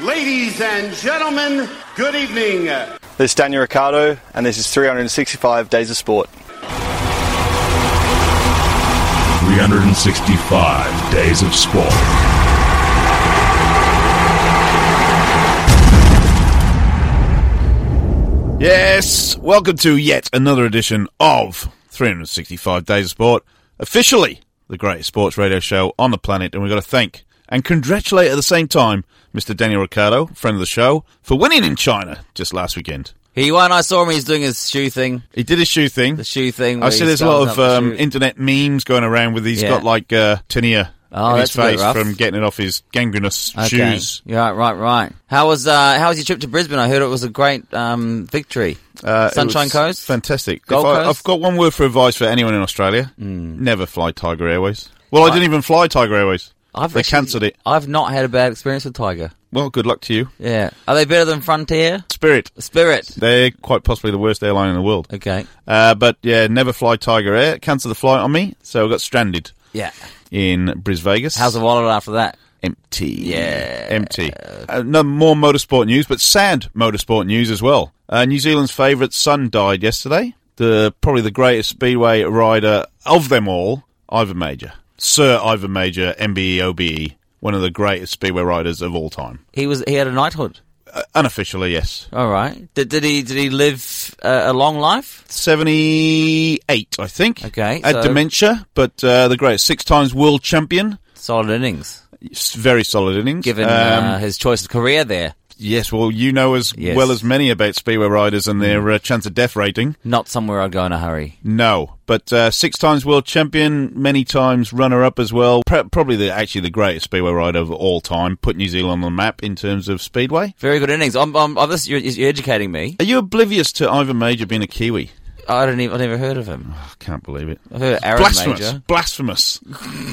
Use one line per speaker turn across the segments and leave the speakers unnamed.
Ladies and gentlemen, good evening.
This is Daniel Ricciardo, and this is 365 Days of Sport.
365 Days of Sport.
Yes, welcome to yet another edition of 365 Days of Sport, officially the greatest sports radio show on the planet, and we've got to thank and congratulate at the same time Mr. Daniel Ricciardo, friend of the show, for winning in China just last weekend.
He won. I saw him. He's doing his shoe thing.
He did his shoe thing.
The shoe thing.
I
where
see
he
there's a
stands
lot
up
of
the
um,
shoe.
internet memes going around with he's
Yeah.
got like uh, tinea
Oh,
in his
that's a bit
face
rough.
from getting it off his gangrenous
Okay.
shoes.
Yeah, right, right. How was uh, how was your trip to Brisbane? I heard it was a great um, victory.
Uh, it
Sunshine
was
Coast.
Fantastic.
Gold
If I,
Coast? Hmm.
I've got one word for advice for anyone in Australia. Never fly Tiger Airways. Well, I didn't even fly Tiger Airways. they
actually-
cancelled it.
I've not had a bad experience with Tiger.
Well, good luck to you.
Yeah. Are they better than Frontier?
Spirit.
Spirit.
They're quite possibly the worst airline in the world.
Okay.
Uh, but yeah, never fly Tiger Air. Cancelled the flight on me, so I got stranded
Yeah.
in Bris Vegas.
How's the wallet after that?
empty.
Yeah.
empty. Uh, no more motorsport news, but sad motorsport news as well. Uh, New Zealand's favourite son died yesterday. The probably the greatest speedway rider of them all, Ivan Major, Sir Ivan Major, E MBE OBE, one of the greatest speedway riders of all time.
He was he had a knighthood.
Uh, unofficially, yes,
All right. Did, did he did he live uh, a long life?
seventy-eight, I think.
Okay,
had
so-
dementia, but uh, the greatest six-times world champion.
Solid innings,
S- Very solid innings.
given
Um,
uh, his choice of career there.
Yes, well, you know as
Yes.
well as many about speedway riders and their uh, chance of death rating.
Not somewhere I'd go in a hurry.
No, but uh, six times world champion, many times runner up as well. Pro- probably the actually the greatest speedway rider of all time. Put New Zealand on the map in terms of speedway.
Very good innings. I'm, I'm, I'm this, you're, you're educating me.
Are you oblivious to Ivan Major being a Kiwi?
I don't even, I've never heard of him.
I can't believe it.
I've heard of Aaron
blasphemous!
Major.
Blasphemous!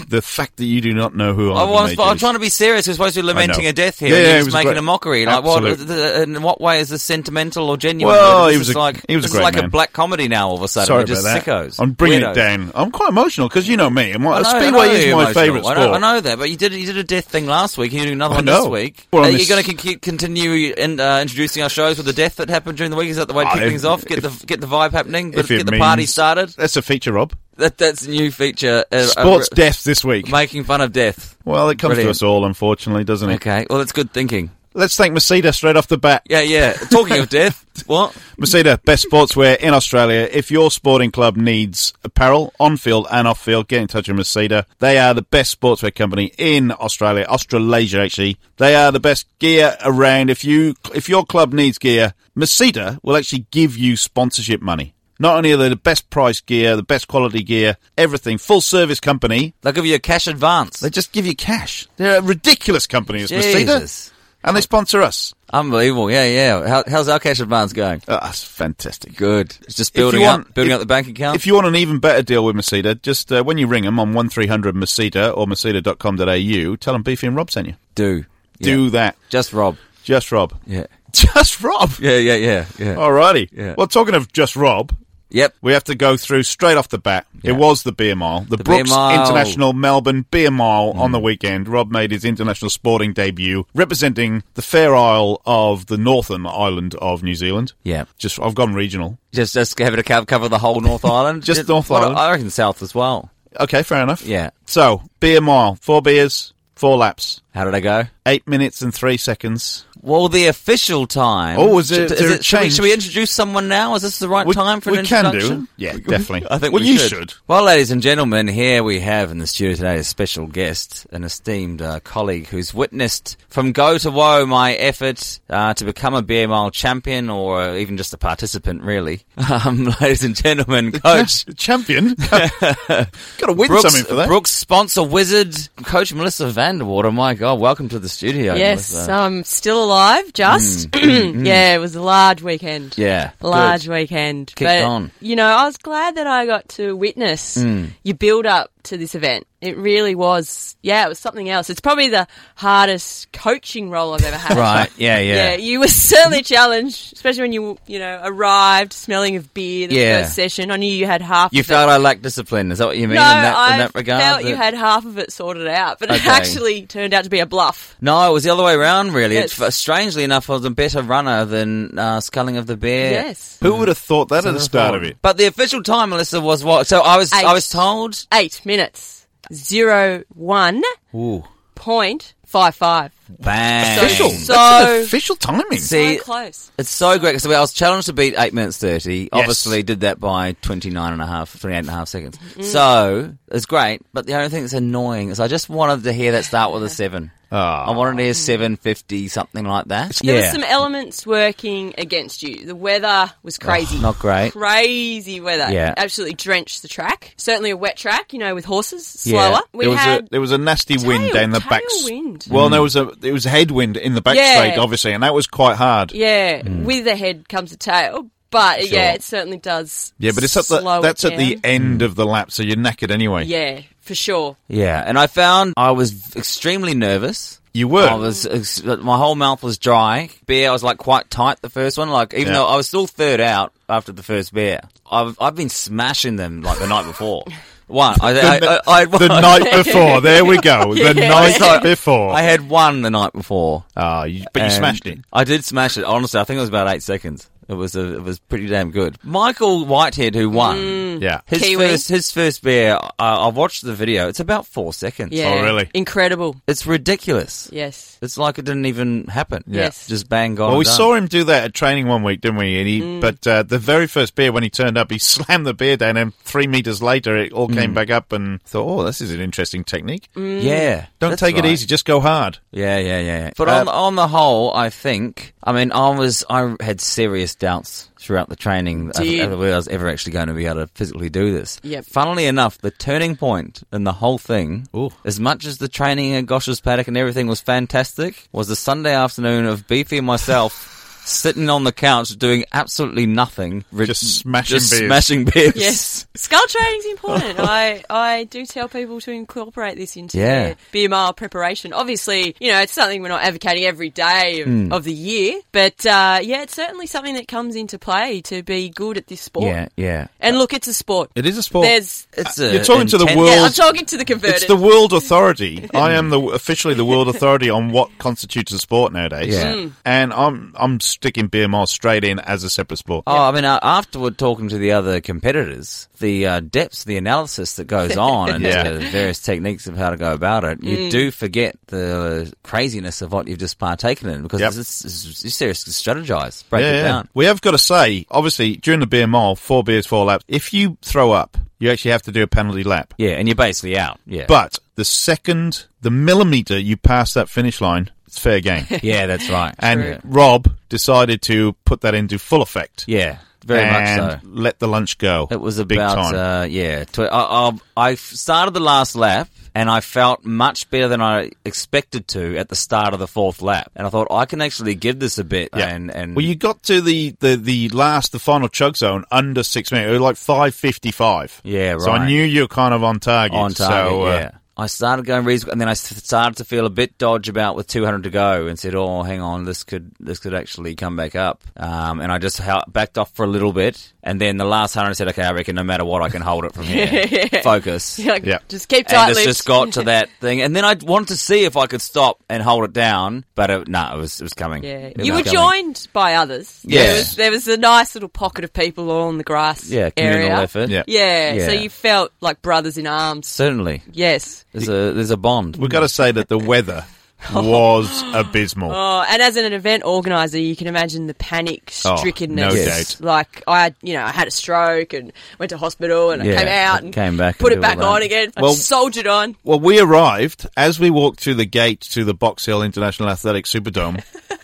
the fact that you do not know who
I
Ivan
was,
Major
but I'm
is.
trying to be serious. We're supposed to be lamenting
know.
a death here.
Yeah,
and
yeah, it
you're just
was
making
great.
a mockery. Like, what,
Absolute.
th- in what way is this sentimental or genuine?
Well,
This
he was
is
a-
like,
he was a
this
great
is like a
man.
black comedy now. All of a sudden,
Sorry
we're just
about that.
sickos.
I'm bringing
weirdos.
it down. I'm quite emotional because you know me. and my-
I know- I
Speedway
know
is
you're
my
emotional.
favourite sport.
I know, I know that, but you did you did a death thing last week. and You're doing another
I
one
know.
this week.
We're on
Are you
this-
going to continue in, uh, introducing our shows with the death that happened during the week? Is that the way to
Ah,
kick
if-
things off? Get
if-
the get the vibe happening. Get,
If
get
it
the party
means-
started.
That's a feature, Rob.
That that's a new feature. uh, uh,
Sports death this week.
making fun of death.
Well, it comes
Brilliant.
to us all, unfortunately, doesn't it?
Okay, well that's good thinking.
Let's thank Masita straight off the bat.
Yeah, yeah. Talking of death, what?
Masita, best sportswear in Australia. If your sporting club needs apparel, on field and off field, get in touch with Masita. They are the best sportswear company in Australia, Australasia actually. They are the best gear around. If you, if your club needs gear, Masita will actually give you sponsorship money. Not only are they the best price gear, the best quality gear, everything, full service company,
They'll give you a cash advance.
they just give you cash. They're a ridiculous company, is Masita.
Jesus,
And they sponsor us.
unbelievable. Yeah, yeah. How, how's our cash advance going?
Oh, that's fantastic.
Good. It's just
If you
building
want-
up, building
if-
up the bank account.
If you want an even better deal with Masita, just uh, when you ring them on 1300 Masita or masita.com.au, tell them Beefy and Rob sent you.
do
Do
Yeah.
that.
Just Rob.
Just Rob.
Yeah.
Just Rob.
Yeah, yeah, yeah, yeah.
Oh. Alrighty.
Yeah.
Well, talking of just Rob,
Yep.
we have to go through straight off the bat. It was the beer mile, the,
beer
Brooks
mile. Hmm.
International Melbourne Beer Mile on the weekend. Rob made his international sporting debut representing the Fair Isle of the Northern Island of New Zealand.
Yeah.
Just I've gone regional.
Just just having to co- cover the whole North Island.
Just North
well,
Island.
I reckon South as well.
Okay, fair enough.
Yeah.
So, beer mile, four beers, four laps,
How did I go?
eight minutes and three seconds.
Well, the official time.
Oh, is it-
Should,
is there a
it should, we,
change?
should we introduce someone now? Is this the right time for
we
an
can
introduction?
do. Yeah, definitely.
I think
well,
we
you
should.
should.
Well, ladies and gentlemen, here we have in the studio today a special guest, an esteemed uh, colleague who's witnessed from go to woe my effort uh, to become a beer mile champion or uh, even just a participant, really. Um, ladies and gentlemen, coach.
Yeah, champion. Got to win
Brooks,
something for that.
Brooks sponsor wizard, Coach Melissa Vanderwater. My God, welcome to the studio.
Yes,
Melissa.
I'm still alive, just. yeah, it was a large
Mm.
weekend.
Mm-hmm. yeah.
Large
Good.
weekend.
Kicked on. Mm.
You know, I was glad that I got to witness your build up to this event. It really was. Yeah, it was something else. It's probably the hardest coaching role I've ever had.
Right. Yeah. Yeah.
you were certainly challenged, especially when you you know arrived smelling of beer the
Yeah.
first session. I knew you had half.
You
of
felt
it.
I lacked discipline. Is that what you mean
no,
in, that,
I
in that regard?
felt you
That-
had half of it sorted out, but it
Okay.
actually turned out to be a bluff.
No, it was the other way around, really. It's
Yes.
strangely enough, I was a better runner than uh, Sculling of the Bear.
Yes,
Who would have thought that at the start of it?
But the official time, Alyssa, was what? So I was, I
Eight.
was told.
eight minutes zero one
Ooh,
point five five.
bang!
Official.
So-
That's an official timing.
See,
so close.
it's so great because I was challenged to beat eight minutes thirty. Obviously, did that by 29 and a half, 28 and a half seconds.
Mm-hmm.
So it's great. But the only thing that's annoying is I just wanted to hear that start with a seven.
Ah.
I wanted to hear seven fifty something like that.
There were some elements working against you. The weather was crazy.
not great.
Crazy weather.
Yeah.
Absolutely drenched the track. Certainly a wet track, you know, with horses.
Yeah.
Slower. We
there was
had.
a there was a nasty wind
Tail-
down the back.
tailwind.
Well, there was a it was headwind in the back
Yeah.
straight, obviously, and that was quite hard.
yeah.
Mm.
With the head comes a tail. But yeah,
Sure.
it certainly does.
Yeah, but it's at the,
slow it
that's at the
down.
end of the lap, so you're knackered anyway.
Yeah, for sure.
Yeah, and I found I was extremely nervous.
You were.
I was. ex- My whole mouth was dry. Beer. I was like quite tight the first one. Like even
Yeah.
though I was still third out after the first beer, I've I've been smashing them like the night before. One. I,
The,
I, I,
n-
I,
the night before, there we go. The night before.
I had one the night before.
Ah, you, but you
and
smashed it.
I did smash it. Honestly, I think it was about eight seconds. It was a, it was pretty damn good. Michael Whitehead, who won,
Yeah.
his
Mm. Kiwi.
first his first beer. uh, I, I watched the video. It's about four seconds.
Yeah.
Oh, really?
Incredible.
It's ridiculous.
Yes.
It's like it didn't even happen.
Yeah. Yes.
Just bang gone.
Well, we
done.
saw him do that at training one week, didn't we? And he,
Mm.
But uh, the very first beer, when he turned up, he slammed the beer down, and three meters later, it all
Mm.
came back up, and thought, "Oh, this is an interesting technique.
Mm.
Yeah.
Don't
that's
take
right.
it easy; just go hard."
Yeah, yeah, yeah. yeah. But
Uh,
on, on the whole, I think, I mean, I was, I had serious doubts throughout the training of
Did-
of whether I was ever actually going to be able to physically do this.
Yep.
Funnily enough, the turning point in the whole thing,
Ooh.
as much as the training at Gosh's paddock and everything was fantastic, was the Sunday afternoon of Beefy and myself. Sitting on the couch doing absolutely nothing, Re-
Just smashing
just
beers.
smashing beers.
Yes. Skull training's important. I, I do tell people to incorporate this into
Yeah.
their beer mile preparation. Obviously, you know, it's something we're not advocating every day of,
Hmm.
of the year, but uh, yeah, it's certainly something that comes into play to be good at this sport.
Yeah, yeah.
And look, it's a sport.
It is a sport.
There's.
It's
Uh,
a
you're talking to the
intense-
world-
yeah, I'm talking to the converted.
It's the world authority. I am the officially the world authority on what constitutes a sport nowadays.
Yeah. Mm.
And I'm I'm sticking beer miles straight in as a separate sport.
Oh, I mean, uh, afterward, talking to the other competitors, the uh, depths, the analysis that goes on, and
Yeah. Mm.
the various techniques of how to go about it, you do forget the craziness of what you've just partaken in because
Yep.
it's, it's, you seriously strategize, break
Yeah,
it
yeah.
down.
We have got to say, obviously, during the beer mile, four beers, four laps. If you throw up, you actually have to do a penalty lap.
Yeah, and you're basically out. Yeah,
But the second, the millimeter you pass that finish line, it's fair game.
yeah, that's right.
and
yeah,
Rob decided to put that into full effect.
Yeah, very much so.
and Let the lunch go.
It was
big
about
time.
uh, yeah. Tw- I, I, I f- started the last lap and I felt much better than I expected to at the start of the fourth lap, and I thought I can actually give this a bit. And, and
well, you got to the, the, the last, the final chug zone under six minutes. It was like five fifty five.
Yeah,
So I
right.
knew you were kind of on target.
on target.
So, uh,
yeah. I started going reasonable, and then I s- started to feel a bit dodge about with 200 to go, and said, "Oh, hang on, this could this could actually come back up." Um, and I just hel- backed off for a little bit, and then the last 100 I said, "Okay, I reckon no matter what, I can hold it from here. Focus."
You're like,
Yeah.
Just keep
And
tight
it's
lips.
just got to that thing, and then I wanted to see if I could stop and hold it down, but it, no, it was it was coming.
Yeah.
It was
You were
coming.
joined by others.
Yeah.
There was, there was a nice little pocket of people all on the grass
yeah, communal
area.
effort,
Yeah.
Yeah, so
Yeah.
you felt like brothers in arms.
certainly.
Yes.
There's a there's a bond.
we've got to say that the weather
Oh.
was abysmal.
Oh, and as an event organizer, you can imagine the panic strickenness.
Oh, no doubt.
Like I, you know, I had a stroke and went to hospital, and
Yeah,
I came out and
came back
put
and
it
did all
back
that.
on again.
Well-
I soldiered on.
Well, we arrived as we walked through the gate to the Box Hill International Athletic Superdome.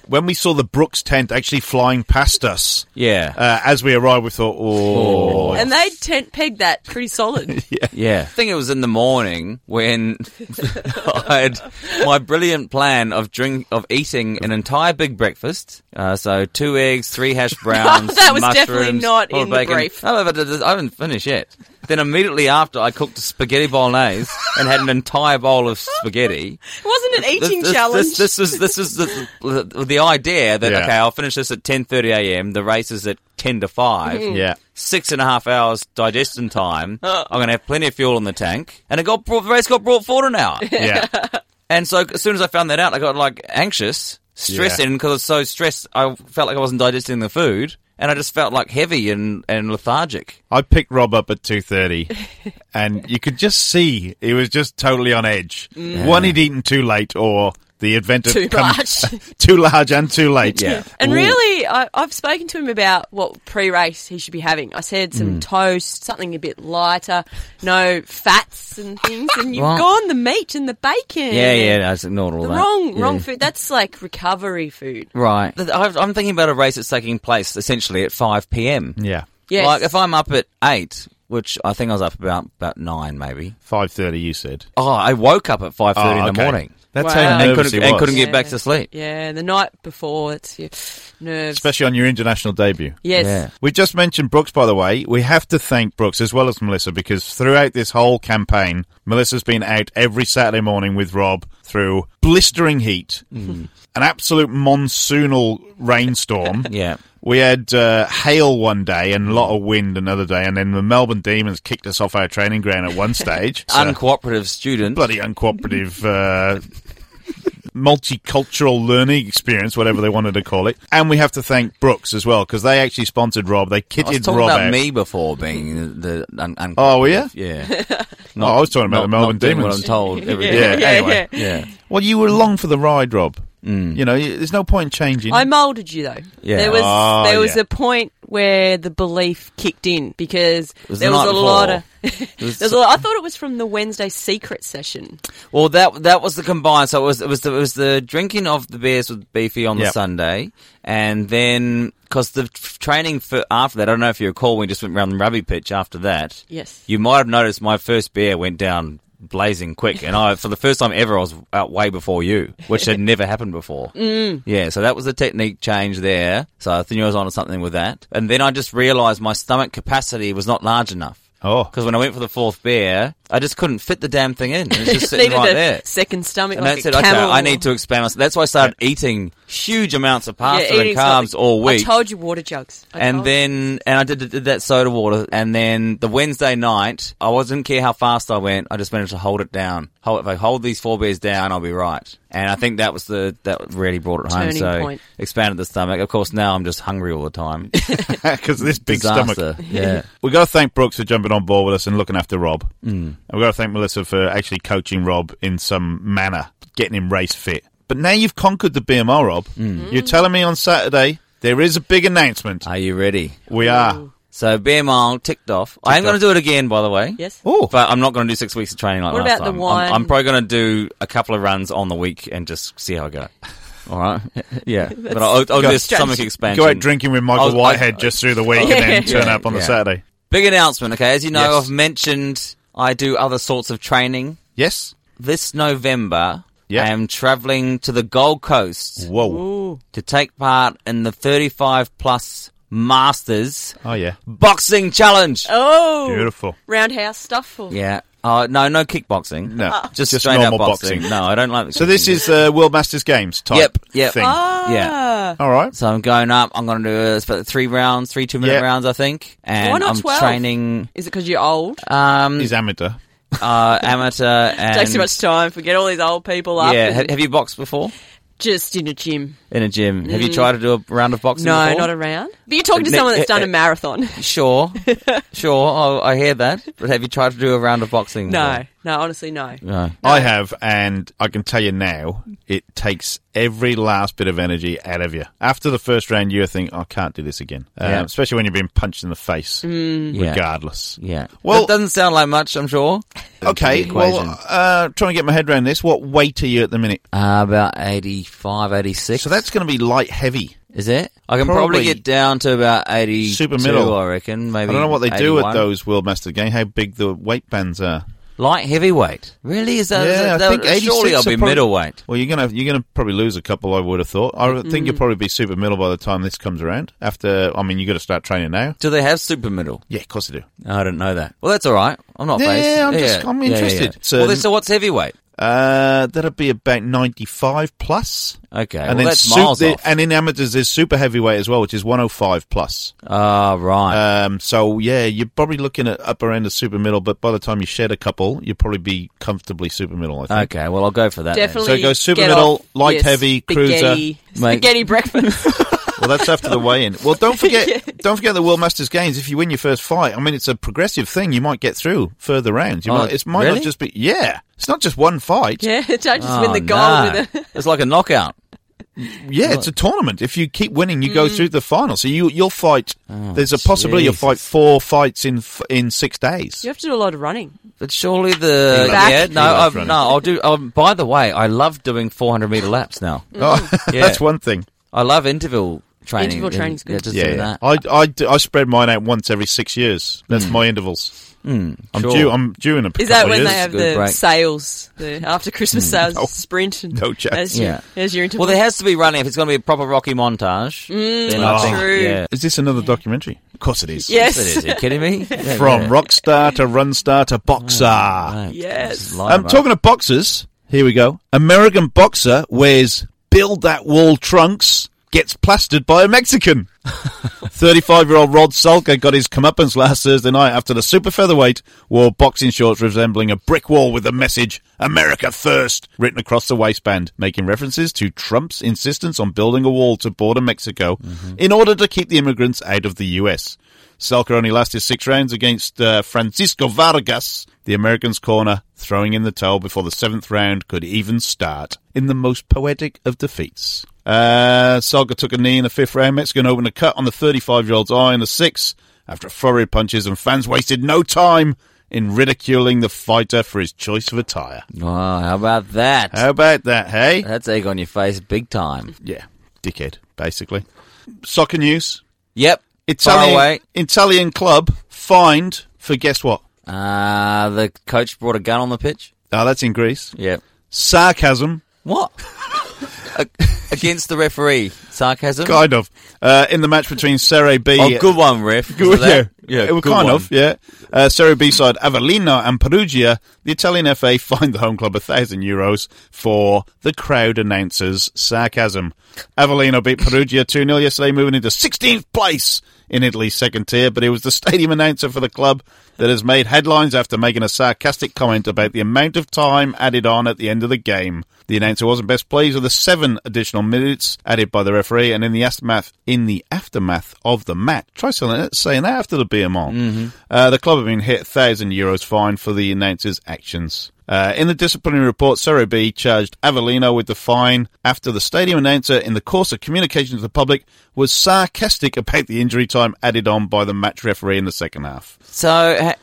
when we saw the Brooks tent actually flying past us,
Yeah.
uh, as we arrived, we thought, "Oh,
And they tent pegged that pretty solid.
Yeah. I think it was in the morning when I had my brilliant plan of drink of eating an entire big breakfast. Uh, so two eggs, three hash browns.
That was
mushrooms,
definitely not
full
in the
bacon. Oh,
brief.
No, but I haven't finished yet. Then immediately after, I cooked a spaghetti bolognese and had an entire bowl of spaghetti.
Wasn't an eating
this, This,
challenge?
this, is this is the, the, the idea that
Yeah.
okay, I'll finish this at ten thirty a.m. The race is at ten to five.
Mm-hmm.
Yeah.
Six and a half hours digestion time. I'm going to have plenty of fuel in the tank, and it got brought, the race got brought forward an hour.
Yeah.
And so as soon as I found that out, I got like anxious, stressing because I was so stressed. I felt like I wasn't digesting the food, and I just felt like heavy and, and lethargic.
I picked Rob up at two thirty, and you could just see he was just totally on edge. One, he'd eaten too late, or the advent of
Mm. Too large.
too large and too late.
Yeah.
And
Ooh.
really, I, I've spoken to him about what pre-race he should be having. I said
Mm.
some toast, something a bit lighter, no fats and things, and you've
Right.
gone the meat and the bacon.
Yeah, yeah, I just ignored all
The
that.
wrong, wrong
Yeah.
food. That's like recovery food.
Right. Th- I've- I'm thinking about a race that's taking place essentially at 5 p.m.
yeah,
Yes.
Like if I'm up at 8, which I think I was up about about 9 maybe.
five thirty. You said Ah,
Oh, I woke up at 5:30 in the
Oh, okay.
morning.
That's
Wow.
how
And
And
nervous
couldn't,
he
and
was.
couldn't
Yeah.
get back to sleep.
yeah, the night before, it's your nerves.
especially on your international debut.
yes.
Yeah.
We just mentioned Brooks, by the way. We have to thank Brooks as well as Melissa because throughout this whole campaign, Melissa's been out every Saturday morning with Rob through blistering heat,
Mm.
an absolute monsoonal rainstorm.
Yeah.
We had uh, hail one day and a lot of wind another day, and then the Melbourne Demons kicked us off our training ground at one stage. So,
Uncooperative student.
uh, bloody uncooperative. Uh, Multicultural learning experience, whatever they wanted to call it, and we have to thank Brooks as well because they actually sponsored Rob. They
I was
kitted
talking
Rob
about
out.
me before being the, the un- un-
Oh, were you?
Yeah.
No, I was talking about the Melbourne
not doing
Demons.
What I'm told every
Yeah,
day.
Yeah, yeah,
anyway.
yeah.
Well, you were along for the ride, Rob.
Mm.
You know, y- there's no point in changing.
I moulded you though.
Yeah.
There was
Oh,
there was
yeah.
a point where the belief kicked in because
was
there
the
was
night
a lot
before.
of there was a lot, I thought it was from the Wednesday secret session.
Well, that that was the combined. So it was it was the, it was the drinking of the beers with Beefy on the
Yep.
Sunday, and then because the f- training for after that, I don't know if you recall, we just went round the rugby pitch after that.
Yes.
you might have noticed my first beer went down blazing quick, and I for the first time ever I was out way before you, which had never happened before. Mm. Yeah, so that was the technique change there. So I think I was onto something with that, and then I just realised my stomach capacity was not large enough.
Oh.
Because when I went for the fourth beer, I just couldn't fit the damn thing in. It was just sitting
Needed
right
a
there.
second stomach.
And I
like a
said, okay,
camel.
I need to expand. myself. That's why I started eating huge amounts of
Yeah,
pasta and
eating
carbs
something.
all week.
I told you water jugs. I
and
told
then, and I did, did that soda water. And then the Wednesday night, I wasn't care how fast I went. I just managed to hold it down. Hold, if I hold these four beers down, I'll be right. And I think that was the that really brought it home.
Turning
so
point.
expanded the stomach. Of course, now I'm just hungry all the time.
because this big
Disaster.
stomach.
Yeah. Hmm.
We got to thank Brooks for jumping on board with us and looking after Rob, mm. and we got to thank Melissa for actually coaching Rob in some manner, getting him race fit. But now you've conquered the BMR, Rob.
Hmm.
You're telling me on Saturday there is a big announcement.
Are you ready?
we are.
So beer mile ticked off. I am going to do it again, by the way.
Yes.
Oh,
But I'm not going to do six weeks of training like
What
last
about the
time.
one-
I'm, I'm probably going to do a couple of runs on the week and just see how I go. All right. Yeah. but I'll, I'll do a stomach expansion.
go out drinking with Michael
I was- I-
Whitehead just through the week, and then
Yeah.
turn up on the
Yeah.
Saturday.
Big announcement. Okay. As you know,
Yes.
I've mentioned I do other sorts of training.
Yes.
This November,
Yeah.
I am traveling to the Gold Coast
Whoa.
to take part in the 35 plus Masters
Oh yeah.
Boxing Challenge.
Oh,
Beautiful.
roundhouse stuff. Or,
Yeah. Uh, no, no kickboxing.
No,
Just,
just
straight
normal
up boxing.
boxing.
No, I don't like.
So this is uh, World Masters Games type
Yep, yep.
thing.
Ah,
Yeah.
All right.
So I'm going up. I'm going to do uh, it's about three rounds, three two minute
Yeah.
rounds, I think. And
Why not
I'm
12?
training
Is it because you're old?
um,
He's amateur.
uh, amateur and
Takes too much time. Forget all these old people up.
Yeah.
and
Have, have you boxed before
just in a gym.
in a gym? Have you tried to do a round of boxing?
Mm. No,
before?
not around. But you're talking to
Ne-
someone that's done
eh,
a
eh.
marathon.
Sure, sure. Oh, I hear that. But have you tried to do a round of boxing?
No, no, honestly, no.
before? No.
I have, and I can tell you now, it takes every last bit of energy out of you. After the first round, you think, I can't do this again. Um,
Yeah. Mm-hmm.
Especially when you're being punched in the face,
Mm.
Yeah.
regardless.
Yeah.
Well-
Well, it doesn't sound like much. I'm sure.
Okay,
The
well,
equation.
uh, trying to get my head around this. What weight are you at the minute?
Uh, about 85, 86.
So that's going to be light heavy.
Is it? I can probably,
Probably.
get down to about 80.
Super middle.
I reckon. Maybe.
I don't know what they do at
81.
those World Master Games, how big the weight bands are.
light heavyweight. Really? Is that, is
Yeah,
that-
I think
that- Uh, surely
86
I'll
are
be
prob-
middleweight. Mm.
Well, you're gonna you're gonna probably lose a couple. I would have thought. I think you'll probably be super middle by the time this comes around. After, I mean, you got to start training now.
Do they have super middle?
Yeah, of course they do.
I don't know that. Well, that's all right. I'm not
Yeah,
based.
yeah, I'm just- I'm interested. So-
well, then, so what's heavyweight?
Uh, that'd be about 95 plus.
Okay,
And
well,
then
that's
su-
miles
the-
off.
And in amateurs, there's super heavyweight as well, which is 105 plus.
Ah, right.
Um, so yeah, you're probably looking at upper end of super middle, but by the time you shed a couple, you'll probably be comfortably super middle, I think.
okay, well, I'll go for that. then.
Definitely.
So it goes super
get
middle,
off
light
your
heavy, cruiser.
spaghetti,
Mate.
Spaghetti breakfast.
Well, that's after the weigh in. Well, don't forget, don't forget the World Masters Games. If you win your first fight, I mean, it's a progressive thing. You might get through further rounds. You
Oh,
might, it might
really?
not just be, yeah, it's not just one fight.
yeah, don't just
Oh,
win the gold
no.
with a.
It's like a knockout.
Yeah, it's a tournament. If you keep winning, you
Mm.
go through the final. So you you'll fight.
Oh,
there's a possibility you'll fight
Jesus.
four fights in f- in six days.
You have to do a lot of running.
But surely the
Back.
yeah no
He loves
I've,
running.
no I'll do. Um, by the way, I love doing 400 meter laps now.
Oh,
Yeah.
that's one thing.
I love interval training.
Interval
Yeah,
training's good.
Yeah, just
Yeah,
doing
yeah.
that. Hmm.
I, I, do- I spread mine out once every six years. That's my intervals. I'm
sure.
due. I'm due in a.
Is
couple
that
of
when
years.
they have
Good
the
break.
sales, the after Christmas sales sprint? And
No chance.
As your,
Yeah.
as your interval.
Well, there has to be running if it's going to be a proper Rocky montage. then I
Oh.
think-
Mm, true.
Yeah.
Is this another documentary? Of course it is.
yes.
It is. Are you kidding me? Yeah,
From
yeah.
rock star to run star to boxer.
Right.
Yes.
Just line
I'm
them up.
Um, talking of boxers. Here we go. American boxer wears build that wall trunks, gets plastered by a Mexican. 35 year old Rod Sulker got his comeuppance last Thursday night after the super featherweight wore boxing shorts resembling a brick wall with the message, America First, written across the waistband, making references to Trump's insistence on building a wall to border Mexico in order to keep the immigrants out of the U.S. Sulker only lasted six rounds against uh, Francisco Vargas, the American's corner, throwing in the towel before the seventh round could even start in the most poetic of defeats. Uh, Salga took a knee in the fifth round. Mexican opened a cut on the 35 year old's eye in the sixth after a flurry of punches, and fans wasted no time in ridiculing the fighter for his choice of attire.
Wow, how about that?
How about that, hey?
That's egg on your face, big time.
yeah, dickhead, basically. Soccer news
Yep.
Italian,
Far away.
Italian club fined for guess what?
Uh, the coach brought a gun on the pitch.
Oh, that's in Greece.
Yep.
Sarcasm.
What? A- Against the referee. Sarcasm?
Kind of. Uh, in the match between Serie B.
Oh, good one, ref.
Good-
Was it
yeah,
that? yeah,
it was
good
kind
one.
of, yeah. Uh, Serie B side Avellino and Perugia, the Italian FA fined the home club a thousand euros for the crowd announcers' sarcasm. Avellino beat Perugia 2 0 yesterday, moving into 16th place in Italy's second tier, but it was the stadium announcer for the club that has made headlines after making a sarcastic comment about the amount of time added on at the end of the game. The announcer wasn't best pleased with the seven additional minutes added by the referee, and in the aftermath, in the aftermath of the match, try selling it, saying that after the beer mile.
Mm-hmm.
Uh, the club have been hit thousand euros fine for the announcer's actions. Uh, in the disciplinary report, Serie B charged Avellino with the fine after the stadium announcer, in the course of communication to the public, was sarcastic about the injury time added on by the match referee in the second half.
So, ha-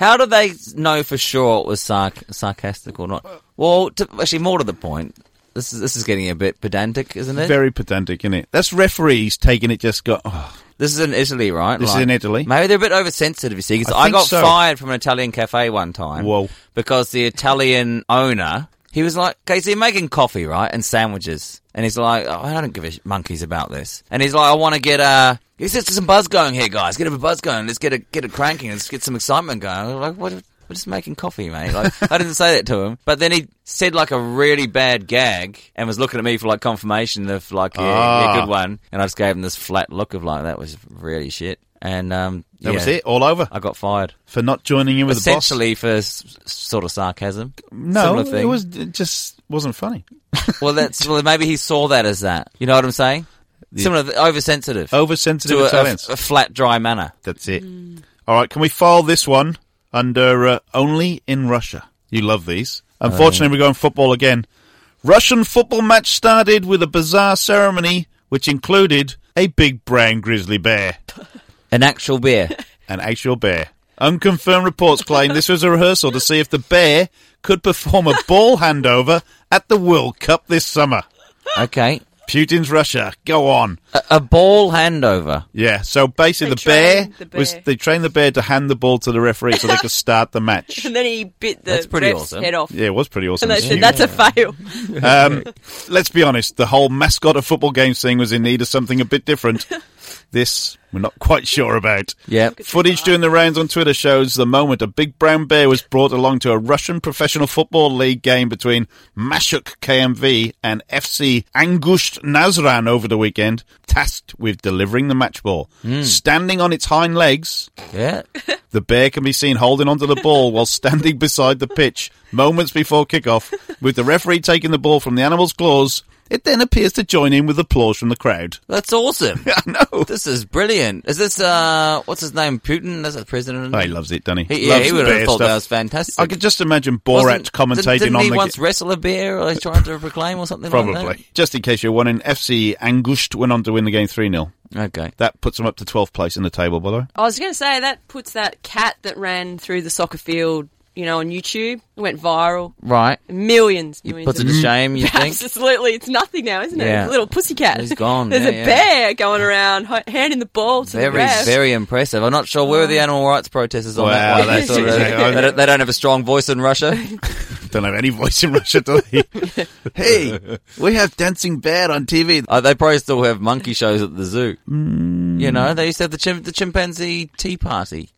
how do they know for sure it was sarc- sarcastic or not? Well, to, actually, more to the point, this is this is getting a bit pedantic, isn't it?
Very pedantic, isn't it? That's referees taking it. Just got. Oh,
this is in Italy, right?
This is in Italy.
Maybe they're a bit oversensitive, you see, because
I
I,
think
got
so.
fired from an Italian cafe one time.
Whoa.
Because the Italian owner, he was like, okay, so you're making coffee, right, and sandwiches. And he's like, oh, I don't give a sh- monkeys about this. And he's like, I want to get a... He says, "There's some buzz going here, guys. Get a buzz going. Let's get it, get it cranking. Let's get some excitement going. I'm like, what... We're just making coffee, mate. Like, I didn't say that to him, but then he said like a really bad gag and was looking at me for like confirmation of like, yeah, yeah
Ah.
good one. And I just gave him this flat look of like that was really shit. And um,
that
yeah,
was it. All over
I got fired
for not joining in with the boss.
essentially for s- s- sort of sarcasm.
No,
Similar thing.
it was it just wasn't funny.
well, that's well maybe he saw that as that. You know what I'm saying? Similar, th- oversensitive,
Oh, Oversensitive
to a- a,
Italians.
f- a flat, dry manner.
That's it. All right, can we file this one under uh, only in Russia? You love these.
Oh.
Unfortunately, we're going football again. Russian football match started with a bizarre ceremony which included a big brown grizzly bear,
An actual beer.
an actual bear. Unconfirmed reports claim this was a rehearsal to see if the bear could perform a ball handover at the World Cup this summer.
okay,
Putin's Russia. Go on.
A, a ball handover.
Yeah. So basically,
They
the bear,
trained the
was
bear.
they trained the bear to hand the ball to the referee so they could start the match.
And then he bit the
That's pretty
ref's
awesome.
head off.
Yeah, it was pretty awesome.
And they
It's
said,
new.
that's a fail.
Um, let's be honest, the whole mascot of football games thing was in need of something a bit different. this, we're not quite sure about.
Yep.
Footage doing the rounds on Twitter shows the moment a big brown bear was brought along to a Russian professional football league game between Mashuk KMV and FC Angusht Nazran over the weekend, tasked with delivering the match ball. Standing on its hind legs,
Yeah.
the bear can be seen holding onto the ball while standing beside the pitch moments before kickoff, with the referee taking the ball from the animal's claws. It then appears to join in with applause from the crowd.
That's awesome.
I know.
This is brilliant. Is this, uh, what's his name? Putin? That's the president.
Oh, he loves it, doesn't he?
He- yeah,
Loves
he would have
bear
thought
stuff.
that was fantastic.
I could just imagine Borat
Wasn't-
commentating
didn't, didn't
on
he
the
once wrestle a bear or he's trying to proclaim or something like
probably. Just in case you're wondering, FC Angusht went on to win the game three 0
that? Okay.
That puts them up to 12th place in the table, by the way.
I was going to say, that puts that cat that ran through the soccer field, you know, on YouTube. It went viral.
Right.
Millions.
He
millions
puts it
of
to shame, you think?
Absolutely, it's nothing now, isn't it?
Yeah.
Little pussycat.
He's gone,
There's
yeah,
a
yeah.
bear going around hi- handing the ball to the
Very,
ref.
very impressive. I'm not sure where the animal rights protesters on
Wow,
that one. They,
that's
sort of-
exactly-
they don't, they don't have a strong voice in Russia.
Don't have any voice in Russia, do they? hey, we have Dancing Bear on TV.
Uh, they probably still have monkey shows at the zoo.
Mm.
You know, they used to have the, chim- the chimpanzee tea party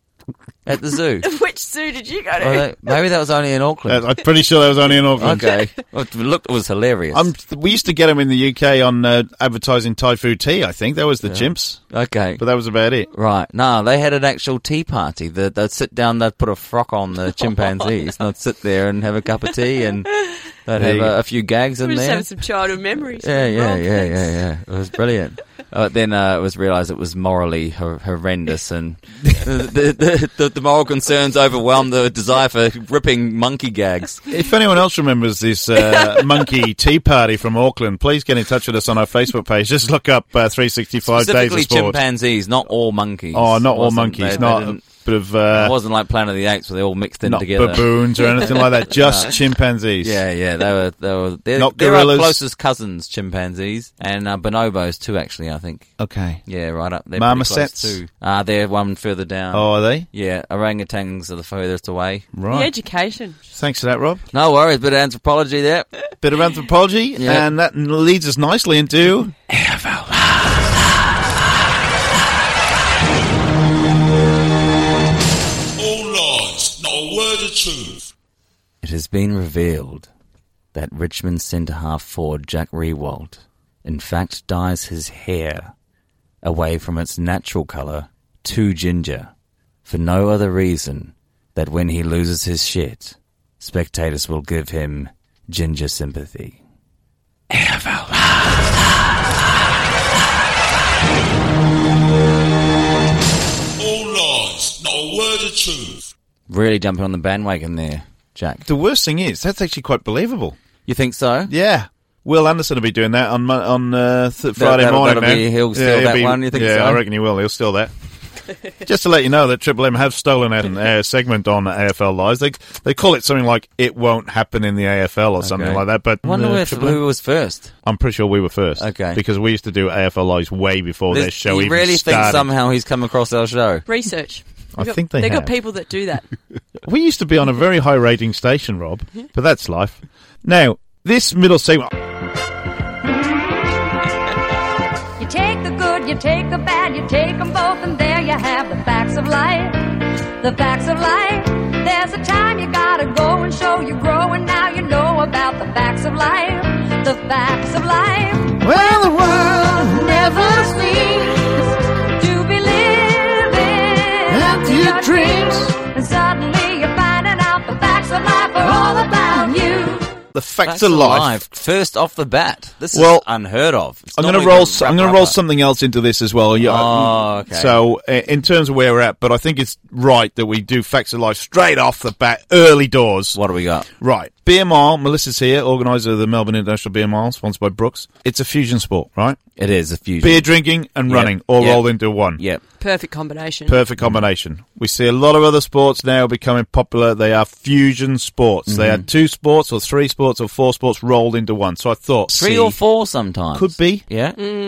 at the zoo.
Which zoo did you go to?
Or they- maybe Oh, that was only in Auckland.
Uh, I'm pretty sure that was only in Auckland.
okay. Well, it looked, it was hilarious.
Um, we used to get them in the UK on uh, advertising Thai food tea. I think that was the chimps,
okay.
but that was about it.
Right. No, they had an actual tea party. They, they'd sit down, they'd put a frock on the chimpanzees, and they'd sit there and have a cup of tea, and they'd have
you go.
a, a few gags in
We're just
there.
having some childhood memories.
Yeah, yeah,
Rob,
yeah,
thanks.
yeah, yeah. It was brilliant. Uh, then uh, it was realised it was morally hor- horrendous, and the, the, the, the moral concerns overwhelmed the desire for ripping monkey gags.
If anyone else remembers this uh, monkey tea party from Auckland, please get in touch with us on our Facebook page. Just look up uh, 365 Days of
Specifically,
Sport.
chimpanzees, not all monkeys.
Oh, not all
Wasn't-
monkeys,
they- they
not a
didn't-
bit of
it
uh,
wasn't like Planet of the Apes where they all mixed in
not
together.
baboons or anything like that. Just chimpanzees.
Yeah, yeah, they were. They were. They're,
Not
they're our
gorillas.
closest cousins, chimpanzees, and uh, bonobos too. Actually, I think.
Okay.
Yeah, right up. They're pretty
Marmosets?
close too. Uh, they're one further down.
Oh, are they?
Um, Yeah, orangutans are the furthest away.
The
Right.
education.
Thanks for that, Rob.
No worries, bit of anthropology there.
Bit of anthropology,
Yeah.
and that leads us nicely into
All lies, not a Oh, word of truth.
It has been revealed that Richmond centre half forward Jack Rewald, in fact, dyes his hair away from its natural colour to ginger for no other reason that when he loses his shit, spectators will give him ginger sympathy.
All lies, not a Oh, word of truth.
Really jumping on the bandwagon there, Jack.
the worst thing is that's actually quite believable.
You think so?
Yeah. Will Anderson will be doing that on Mon- on uh, th- Friday
that'll-
morning.
that'll
now.
be- he'll steal that one, you think
yeah,
so?
I reckon he will. He'll steal that. Just to let you know that Triple M have stolen a uh, segment on AFL Lives. They they call it something like "It won't happen in the AFL" or something
Okay.
like that. But
I wonder
uh,
where
Triple M-
who was first.
I'm pretty sure we were first.
Okay.
because we used to do AFL Lives way before their
This-
show
you
even
really
started.
think somehow he's come across our show?
Research.
I think they
They've
have.
got people that do that.
We used to be on a very high rating station, Rob, but that's life. Now this middle segment.
You take the good, you take the bad, you take them both, and there you have the facts of life. The facts of life. There's a time you gotta go and show you grow, and now you know about the facts of life. The facts of life.
Well, the world.
Never sleeps to be living
After your dreams.
And suddenly you're finding out the facts of life are all about you.
The facts,
That's
of
alive.
life.
First off the bat. This
Well,
is unheard of. It's
I'm going to
normally
roll.
the
s- I'm going to roll
wrap-up.
something else into this as well. Yeah.
Oh, okay.
So, uh, in terms of where we're at, but I think it's right that we do facts of life straight off the bat, early doors.
What do we got?
Right. Beer Mile. Melissa's here, organizer of the Melbourne International Beer Mile, sponsored by Brooks. It's a fusion sport, right?
It is a fusion.
Beer drinking and
Yep,
running all
yep.
rolled into one.
Yep.
Perfect combination.
Perfect combination. We see a
Mm-hmm.
lot of other sports now becoming popular. They are fusion sports. They are two sports or three sports or four sports rolled into one. So I thought
Three
see,
or four sometimes.
Could be. Mm.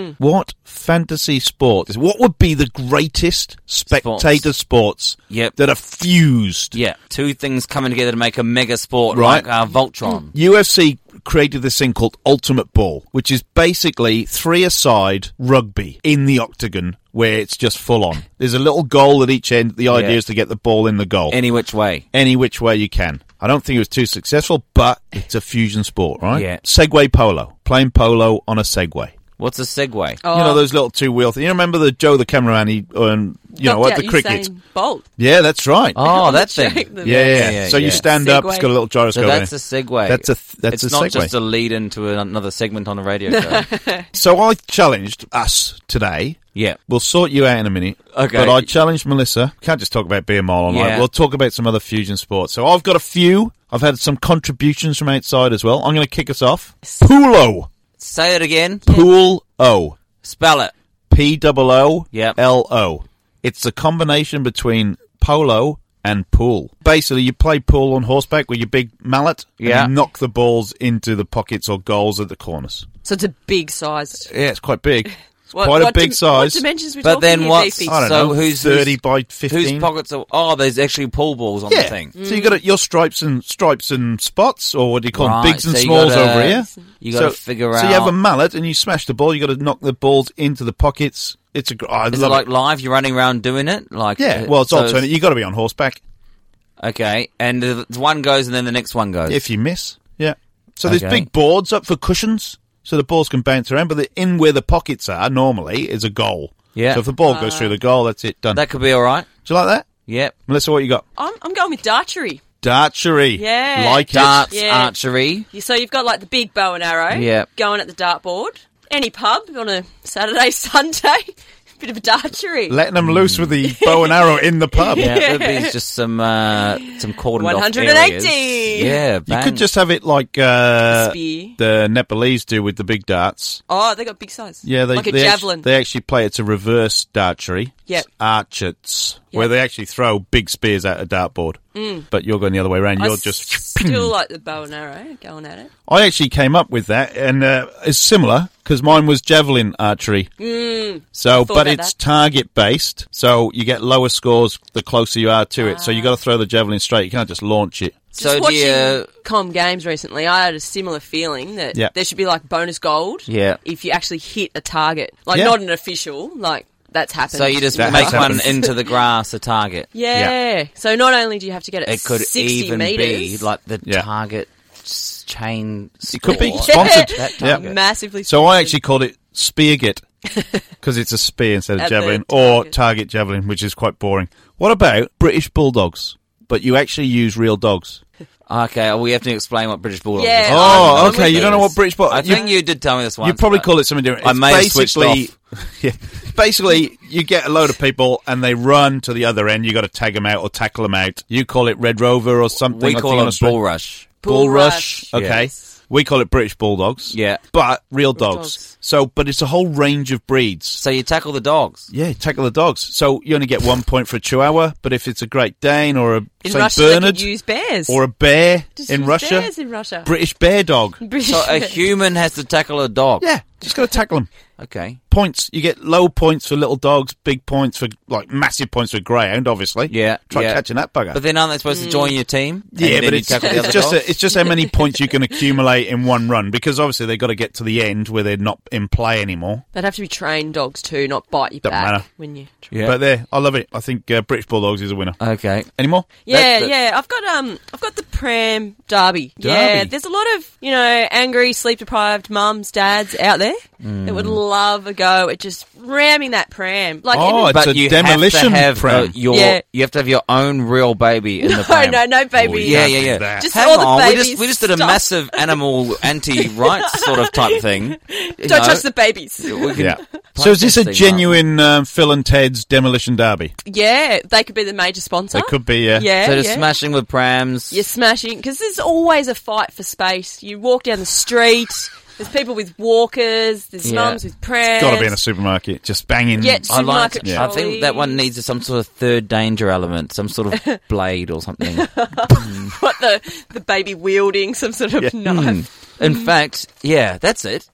Yeah.
What fantasy sport is what would be the greatest spectator sports
Yep.
that are fused?
Yeah. Two things coming together to make a mega sport
Right.
like uh, Voltron.
UFC created this thing called Ultimate Ball, which is basically three aside rugby in the octagon where it's just full on. There's a little goal at each end. The idea
Yeah.
is to get the ball in the goal.
Any which way.
any which way you can. I don't think it was too successful, but it's a fusion sport, right?
Yeah.
Segway polo. Playing polo on a Segway.
What's a segue?
Oh,
You know those little two wheel things. You remember the Joe the cameraman? He um, you know
knocked
at the
out
cricket.
Usain Bolt.
Yeah, that's right.
Oh, that
Check
thing.
the
yeah, yeah,
list.
yeah, yeah,
So you
yeah.
stand up. It's
Segway.
got a little gyroscope.
So that's a
in it.
segue.
That's a th- that's
it's
a
not
segue.
just a lead into an- another segment on a radio show.
so I challenged us today.
yeah.
We'll sort you out in a minute.
Okay.
But I challenged Melissa. Can't just talk about beer mile all night.
Yeah.
We'll talk about some other fusion sports. So I've got a few. I've had some contributions from outside as well. I'm going to kick us off. Poolo.
Say it again.
Pool O.
Spell it.
P double O
Yep.
L O. It's a combination between polo and pool. Basically, you play pool on horseback with your big mallet
Yeah.
and you knock the balls into the pockets or goals at the corners.
So it's a big size.
Yeah, it's quite big. It's
What-
quite a
what
big
dim-
size.
What dimensions we
But
talking
then
here,
what's-
Beefy?
I don't
So
know.
whose-
thirty
whose-
by
Whose
fifteen?
pockets are. Oh, there's actually pool balls on
yeah.
the thing.
So you got your stripes and stripes and spots, or what do you call
Right,
them? Bigs and
so you
smalls
gotta-
over here.
you gotta
So-
figure
So you have a
out-
mallet and you smash the ball. You got to knock the balls into the pockets. It's a. gr- I
Is it
love
like live? You're running around doing it? Like
Yeah,
uh,
well, it's
so
alternate. You got to be on horseback
Okay, and the the one goes, and then the next one goes.
if you miss. Yeah. So there's
Okay.
big boards up for cushions, so the balls can bounce around. But the, in where the pockets are normally is a goal.
Yeah.
So if the ball
Ah.
goes through the goal, that's it done.
that could be all right.
Do you like that,
Yep.
Melissa? What you got?
I'm, I'm going with darchery.
Darchery.
Yeah.
Like it.
Darts,
Yeah.
archery.
You- So you've got like the big bow and arrow.
Yeah.
Going at the dartboard. Any pub on a Saturday, Sunday. Bit of darchery.
Letting them loose with the bow and arrow in the pub.
Yeah, there'd be just some uh, some cordoned off
180.
areas. Yeah,
You
bang.
could just have it like uh,
Spear.
the Nepalese do with the big darts.
Oh, they got big size.
Yeah, they
like a
they actu-
javelin.
they actually play it's a reverse darchery.
Yep.
It's archets, where they actually throw big spears at a dartboard. Mm. But you're going the other way around.
I
You're
s-
just.
still like the bow and arrow going at it.
I actually came up with that, and uh, it's similar because mine was javelin archery. Mm. So,
Hmm. thought
but
about
it's
that.
target based, so you get lower scores the closer you are to it. So you
Ah.
got to throw the javelin straight. You can't just launch it.
so
Just
do
watching
you,
com games recently, I had a similar feeling that
Yeah.
there should be like bonus gold.
Yeah.
If you actually hit a target, like
Yeah.
not an official, like that's happened.
so you just
That
make
has
one
happened.
into the grass a target.
yeah. So not only do you have to get it,
It could
60
even
meters,
be like the
Yeah.
target s- chain. Score.
could be sponsored.
That
Yeah.
target.
massively.
So I
sponsored.
actually called it speargit because it's a spear instead of
At the
javelin or
target.
target javelin, which is quite boring. What about British bulldogs? But you actually use real dogs.
Okay, well, we have to explain what British Bulldog
Yeah.
is.
Oh,
I'm
okay,
with
you don't know
this.
what British Bulldog-
I
you-
think you did tell me this once.
you probably
but-
call it something different.
I
It's
may have switched
basically, yeah, basically you get a load of people and they run to the other end. You got to tag them out or tackle them out. You call it Red Rover or something.
We
I
call
think on
it
Australia-
bull rush.
Bull
Bull rush.
rush,
Okay.
yes.
We call it British bulldogs.
Yeah.
But real dogs.
dogs.
So, but it's a whole range of breeds.
So you tackle the dogs.
Yeah, tackle the dogs. So you only get one point for a Chihuahua, but if it's a Great Dane or a
in
Saint
Russia they
Bernard
could use bears
or a bear
Just
in
use
Russia,
Bears in Russia.
British bear dog.
British
So a
bears.
human has to tackle a dog.
Yeah, just got to tackle them.
Okay.
Points you get low points for little dogs, big points for like massive points for greyhound. Obviously,
Yeah,
Try
yeah.
catching that bugger.
But then aren't they supposed to join your team? And
Mm. yeah,
then
but
you
it's,
tackle the
it's
other
just
dogs?
a, it's just how many points you can accumulate in one run because obviously they've got to get to the end where they're not in play anymore.
They'd have to be trained dogs too, not bite you
Don't
back
matter.
when you.
Yeah.
But there, I love it. I think uh, British bulldogs is a winner.
Okay.
Any more?
Yeah,
the-
yeah. I've got um, I've got the pram derby. Yeah,
Derby.
there's a lot of you know angry, sleep deprived mums, dads out there that would love a go at just ramming that pram. Like,
Mm. Oh,
even-
It's a
But you
demolition
have to have
pram.
uh, your
Yeah.
you have to have your own real baby in the
No,
pram.
no, no baby.
yeah,
can't
yeah,
do
yeah.
that.
Just
Hang
all the
on, we
babies
just we just did a
stop.
massive animal anti-rights sort of type thing. You
don't
know,
touch the babies.
we can-
Yeah. So is this a
thing up.
genuine um, Phil and Ted's demolition derby?
Yeah, they could be the major sponsor.
They could be. Uh,
Yeah,
So just
yeah.
smashing with prams.
You're smashing because there's always a fight for space. You walk down the street, There's people with walkers. There's
Yeah.
mums with prayers.
Got to be in a supermarket, just banging.
Yeah, it's-
I like.
Supermarket
I think that one
trolleys.
needs some sort of third danger element, some sort of blade or something.
what the the baby wielding some sort of knife.
Hmm.
In
Mm-hmm.
fact, yeah, that's it.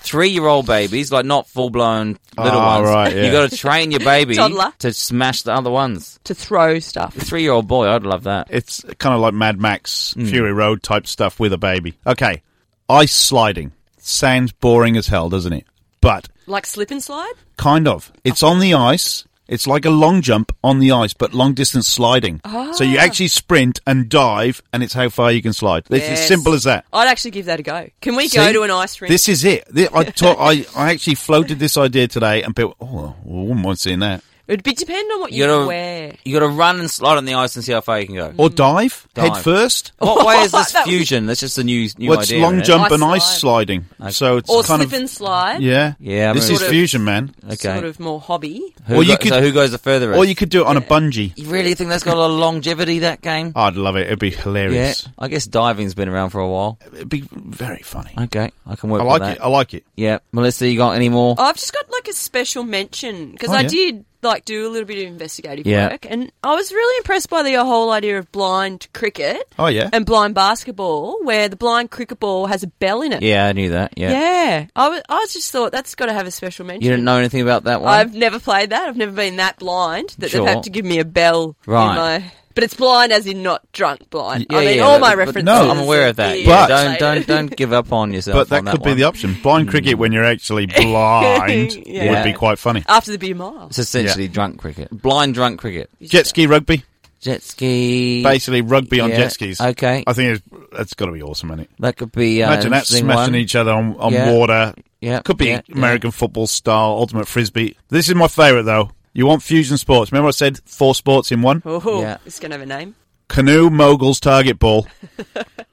Three-year-old babies, like not full-blown little
Ah,
ones.
right, yeah.
You got to train your baby
Toddler.
to smash the other ones.
to throw stuff.
Three-year-old boy, I'd love that.
It's kind of like Mad Max
Hmm.
Fury Road type stuff with a baby. Okay, ice sliding sounds boring as hell, doesn't it? But
Like slip and slide?
Kind of. It's on the ice. It's like a long jump on the ice, but long distance sliding. So
Ah.
you actually sprint and dive, and it's how far you can slide. It's as
Yes.
simple as that.
I'd actually give that a go. Can we go
See?
to an ice rink?
This is it. Th- I, taught, I, I actually floated this idea today, and people, oh, I wouldn't mind seeing that.
It'd be depend on what you
You gotta,
wear.
you gotta run and slide on the ice and see how far you can go.
Hmm.
Or dive, head
Dive.
first.
What way is this
That would be-
fusion? That's just a new new
What's
idea.
long
isn't it?
jump
Ice
and ice
slide.
sliding? So it's
Or
kind
slip
of
and slide.
yeah,
Yeah, I
This
remember
is
that.
fusion, man.
Okay.
Sort of more hobby.
Who
Or
go-
you could-
so who goes the furthest?
Or you could do it on a bungee.
You really think that's got a lot of longevity? That game.
I'd love Oh, it. It'd be
yeah.
hilarious.
I guess diving's been around for a while.
It'd be very funny.
Okay, I can work.
I
with
like
that.
it. I like it.
Yeah, Melissa, you got any more?
I've just got like a special mention because
Oh,
I
yeah.
did like do a little bit of investigative
Yeah.
work and I was really impressed by the whole idea of blind cricket
Oh yeah.
and blind basketball where the blind cricket ball has a bell in it.
Yeah, I knew that. Yeah.
Yeah. I was, I just thought that's got to have a special mention.
You didn't know anything about that one?
I've never played that. I've never been that blind that
Sure.
they've had to give me a bell.
Right.
In my, but it's blind as in not drunk blind.
Yeah,
I mean,
yeah,
all
that-
my
but
references.
No, I'm aware of that.
are
Yeah,
But-
don't don't
related.
don't give up on yourself.
But that
on
could be
one. Hmm.
the option. Blind cricket when you're actually blind
Yeah.
would be quite funny.
After the beer mile.
It's essentially drunk cricket, blind drunk cricket,
Jet ski rugby,
jet ski.
basically rugby on
Yeah,
jet skis.
okay.
I think it's, that's got to be awesome, isn't it?
That could be uh,
Imagine that
interesting
smashing
one.
each other on, on
Yeah.
water.
Yeah,
could be
yeah, yeah.
American football style, ultimate frisbee. This is my favourite though. You want fusion sports? Remember I said four sports in one:
Oh,
Yeah.
it's going to have a name.
canoe, moguls, target ball,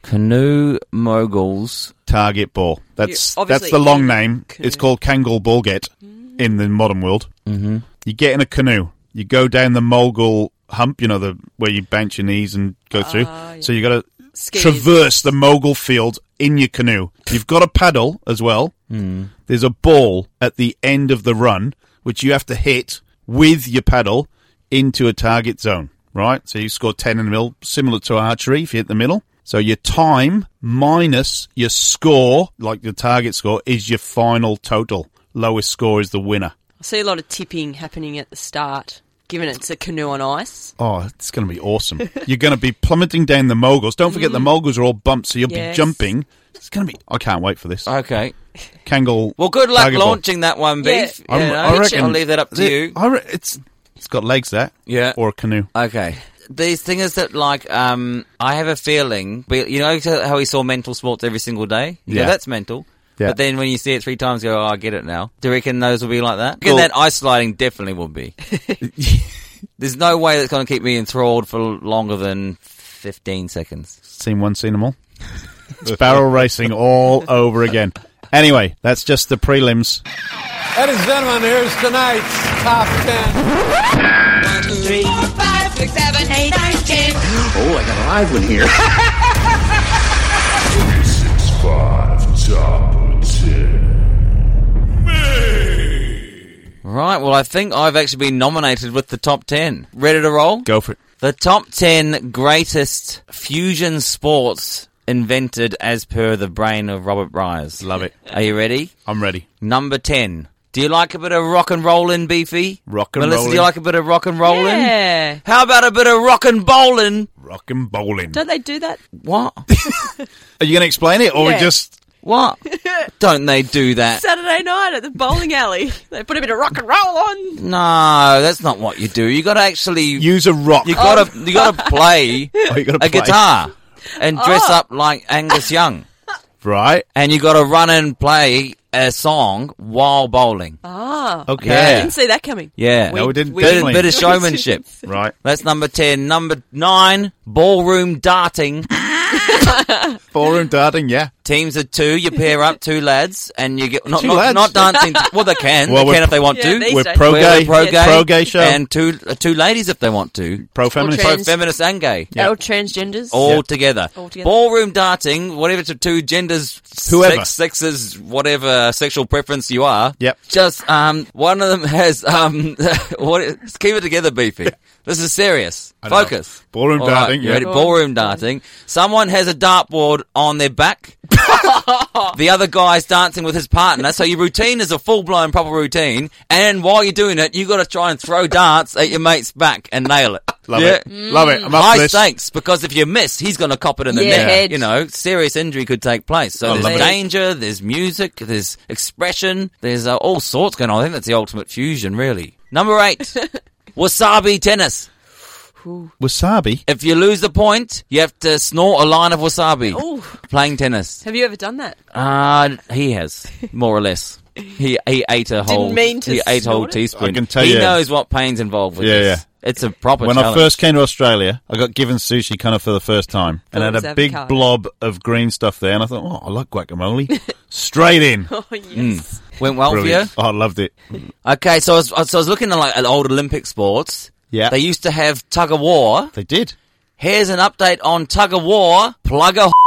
Canoe moguls.
target ball. That's
You-
that's
obviously
the long
in
name.
canoe.
It's called Kangal Bulget in the modern world. Mm-hmm. You get in a canoe. You go down the mogul hump, you know, the where you bounce your knees and go through. So you got to
Skis.
traverse the mogul field in your canoe. You've got a paddle as well. Mm. There's a ball at the end of the run which you have to hit with your paddle into a target zone. Right, so you score ten in the middle, similar to archery. If you hit the middle, so your time minus your score, like your target score, is your final total. Lowest score is the winner.
I see a lot of tipping happening at the start, given it's a canoe on ice.
Oh, it's going to be awesome. You're going to be plummeting down the moguls. Don't forget the
Mm-hmm.
moguls are all bumps, so you'll be
Yes.
jumping. It's going to be. I can't wait for this.
Okay.
Kangal.
Well, good luck
target ball.
launching that one,
Yeah.
beef.
I'm-
You know,
I reckon
I'll leave that up to
the-
you.
I re- it's it's got legs that.
Yeah.
Or a canoe.
Okay. The thing is that, like, um, I have a feeling. we- You know how we saw mental sports every single day? You
Yeah.
Go, That's mental.
Yeah.
But then when you see it three times, you go, oh, I get it now. Do you reckon those will be like that? Reckon
Well-
that ice sliding definitely will be. There's no way that's going to keep me enthralled for longer than 15 seconds.
Seen one, seen them all. It's barrel racing all over again. Anyway, that's just the prelims.
Ladies and gentlemen, here's tonight's top ten.
Six, five, top 10.
Right. Well, I think I've actually been nominated with the top 10. Ready to roll?
Go for it.
The top 10 greatest fusion sports invented as per the brain of Robert Ryers.
Love it.
Are you ready?
I'm ready.
Number 10. Do you like a bit of rock and rollin', Beefy?
Rock and
Melissa, do
rollin'.
you like a bit of rock and rollin'?
Yeah.
How about a bit of rock and bowling?
Rock and bowling.
Don't they do that?
What?
Are you going to explain it, or we
Yeah.
just
what? Don't they do that?
Saturday night at the bowling alley. They put a bit of rock and roll on.
No, that's not what you do. You gotta actually, you,
use a rock?
gotta, you gotta play
Oh, you gotta play.
a guitar and dress
Oh.
up like Angus Young.
Right.
And you gotta run and play a song while bowling.
Ah.
Okay.
I
Yeah.
didn't see that coming.
Yeah.
No, we didn't.
we-
Bit,
Definitely.
bit of showmanship.
Right.
That's number 10. Number 9, ballroom darting.
Ballroom darting, yeah.
Teams of two, you pair up two lads, and you get not
Two
not,
lads?
not dancing. To, well, they can,
Well,
they
we're-
can if they want
Yeah,
to.
these
We're
days.
pro
We're
gay,
the pro gay,
pro gay show,
and two uh, two ladies if they want to.
pro feminist.
Or
Pro
trans.
feminist and gay.
Yeah.
All transgenders.
All,
Yeah.
Together.
All together.
Ballroom darting, whatever to two genders,
Whoever.
sex, sexes, whatever sexual preference you are.
Yep.
Just, um, one of them has, um, what, is- keep it together, Beefy. This is serious.
know.
Focus.
Ballroom
All right,
darting,
you
yeah.
ready? Ballroom darting. Someone has a dartboard on their back. the other guy's dancing with his partner. So your routine is a full blown proper routine. And while you're doing it, you got to try and throw darts at your mate's back and nail it.
Love
Yeah.
it. Love it. I'm up for
Mm. High
this.
stakes because if you miss, he's going to cop it in the
Yeah.
neck.
Head.
You know, serious injury could take place. So
I love
there's
it.
danger, there's music, there's expression, there's uh, all sorts going on. I think that's the ultimate fusion, really. Number eight, wasabi tennis.
Wasabi.
If you lose the point, you have to snort a line of wasabi.
Ooh.
Playing tennis.
Have you ever done that?
Uh, he has, more or less. He he ate a whole
mean to
he ate a whole
snort it.
teaspoon.
I can tell
he
you-
knows what pain's involved with
Yeah,
this. It's a proper
When I
challenge.
first came to Australia, I got given sushi kind of for the first time and
Thought it
had
was
a big
avocado.
blob of green stuff there. And I thought, oh, I like guacamole. Straight in.
Oh yes.
went well for you.
Brilliant. Oh, I loved it.
Okay, so I was, so I was looking at like at old Olympic sports.
Yeah.
They used to have tug of war.
They did.
Here's an update on tug of war. Plug a.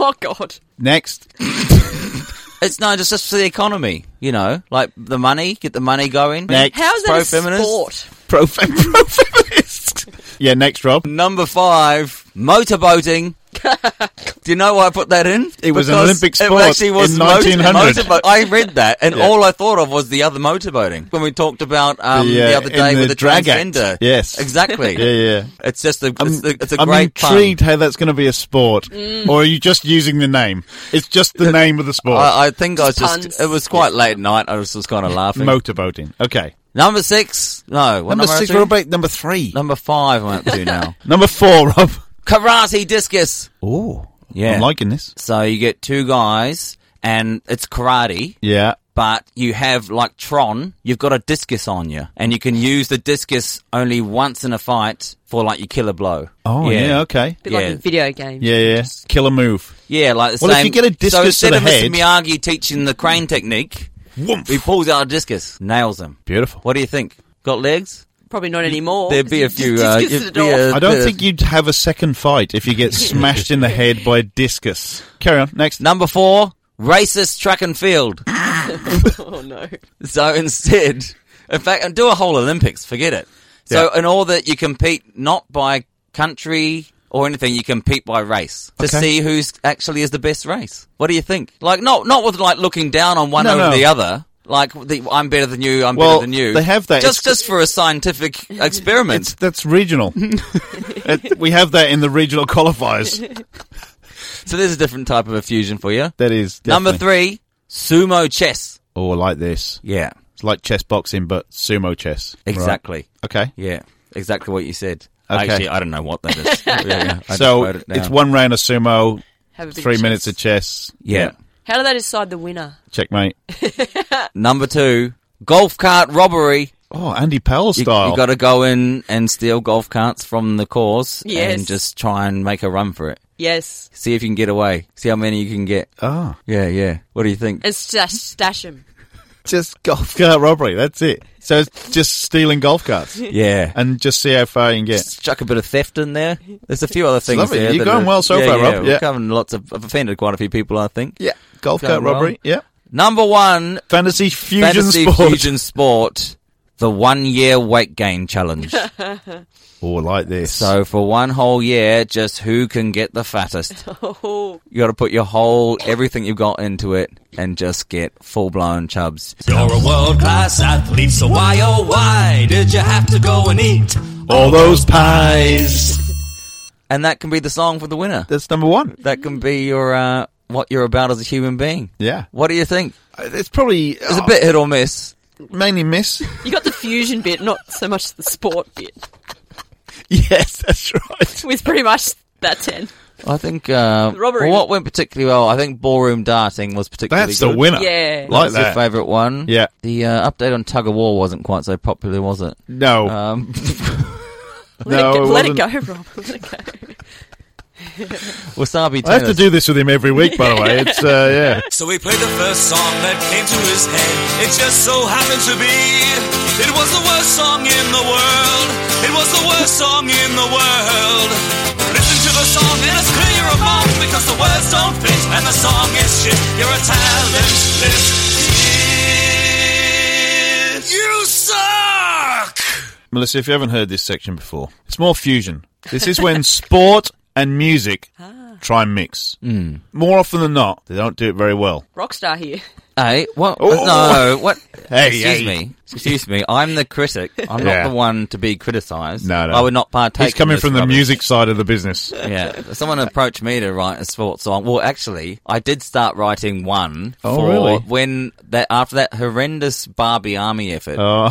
Oh god.
Next.
It's no, just just for the economy, you know, like the money, get the money going.
Next.
How is that a
Pro-feminist?
sport?
Pro, fem- pro feminist. Yeah, next, Rob.
Number five, motorboating. Do you know why I put that in?
It was an
Because
Olympic
it
sport
actually was
in
motor-
1900.
motorbo- I read that, and
Yeah.
all I thought of was the other motorboating when we talked about um, the,
The, uh,
other
in
day
the
with the
drag act.
transgender.
Yes.
exactly.
Yeah, yeah.
It's just a, it's, the, it's a
I'm
great pun. Mm.
intrigued how that's going to be a sport, or are you just using the name? It's just the name of the sport.
I, I think I was just.
puns.
It was quite late at night. I was just kind of laughing.
Motorboating. Okay.
number six. No. What
Number
number
six.
are we
We're
up to?
about number three.
Number five. I'm up to now.
Number four, Rob.
Karate discus.
Oh,
Yeah.
I'm liking this.
So you get two guys, and it's karate.
Yeah.
But you have like Tron, you've got a discus on you, and you can use the discus only once in a fight for like your killer blow.
Oh, yeah. okay.
Bit like
Yeah.
in video games.
Yeah, yeah. Killer move.
Yeah, like the
Well, if
same.
you get a discus
so
to
instead
the
of
head-
Mr. Miyagi teaching the crane technique, he pulls out a discus, nails him.
Beautiful.
What do you think? Got legs?
Probably not anymore.
There'd be a few. Uh,
Discus to
it'd
the
be
door.
a-
I don't
uh,
think you'd have a second fight if you get smashed in the head by a discus. Carry on. Next.
Number four, racist track and field.
Oh no.
so instead, in fact, and do a whole Olympics. Forget it. So in all that you compete not by country or anything, you compete by race to
Okay.
see who's actually is the best race. What do you think? Like not not with like looking down on one
No,
over
no.
the other. Like the, I'm better than you. I'm
Well,
better than you.
they have that.
just
It's-
just for a scientific experiment.
It's, that's regional. It- we have that in the regional qualifiers.
so there's a different type of a fusion for you.
That is
Number
definitely-
three, sumo chess.
Oh, I like this.
Yeah,
It's like chess boxing, but sumo chess. Right.
exactly.
Okay.
Yeah, exactly what you said.
Okay.
Actually, I don't know what that is. Yeah, yeah,
So
I just wrote it down.
it's one round of sumo,
Have a bit
three
of
minutes of
chess.
chess.
Yeah.
How do they decide the winner?
Checkmate.
Number two, golf cart robbery.
Oh, Andy Powell
You,
style.
got to go in and steal golf carts from the course
Yes.
and just try and make a run for it.
Yes.
See if you can get away. See how many you can get.
Ah.
Yeah, yeah. What do you think?
And stash, stash 'em.
just golf cart robbery. That's it. So it's just stealing golf carts
yeah.
and just see how far you can get.
Just chuck a bit of theft in there. There's a few other things
lovely.
there.
You're
that
going
are-
well so
yeah,
far,
yeah,
Rob.
we're
Yeah.
covering lots of. I've offended quite a few people, I think.
Yeah. Golf
Going
cart robbery. Yeah.
Number one,
Fantasy fusion
fantasy
sport.
fusion sport, the one year weight gain challenge.
Oh, I like this.
So for one whole year, just who can get the fattest?
Oh,
You got to put your whole everything you've got into it and just get full blown chubs.
You're a world class athlete, so why oh why did you have to go and eat
all those pies.
And that can be the song for the winner.
That's number one.
That can be your uh, what you're about as a human being.
Yeah.
What do you think?
It's probably
It's oh, a bit hit or miss.
mainly miss.
you got the fusion bit, not so much the sport bit.
yes, that's right.
With pretty much that's it.
I think uh,
Robbery.
what went particularly well. I think ballroom darting was particularly
That's the
good.
winner.
Yeah.
Like
That's
that.
your favourite one.
Yeah.
The uh, update on tug of war wasn't quite so popular, was it?
No,
Um,
Let,
No,
it,
it
go, let it
wasn't.
go, Rob. Let it go.
Wasabi tennis.
I have to do this with him every week, by the way. It's uh, yeah.
So we played the first song that came to his head. It just so happened to be. It was the worst song in the world. It was the worst song in the world. Listen to the song and it's clear your mind because the words don't fit and the song is shit. You're a talentless idiot. You suck.
Melissa, if you haven't heard this section before, it's more fusion. This is when sport and music try and mix.
Hmm.
Mm. More often than not, they don't do it very well.
Rockstar here.
Hey, what? No, what?
Oh. Hey,
excuse
hey.
me. Excuse me. I'm the critic. I'm
Yeah.
not the one to be criticised.
No, no.
I would not partake.
He's coming
in this
from the
rubbish.
music side of the business.
Yeah. If Someone approached me to write a sports song. Well, actually, I did start writing one
Oh,
for
really?
when that after that horrendous Barbie Army effort.
Oh,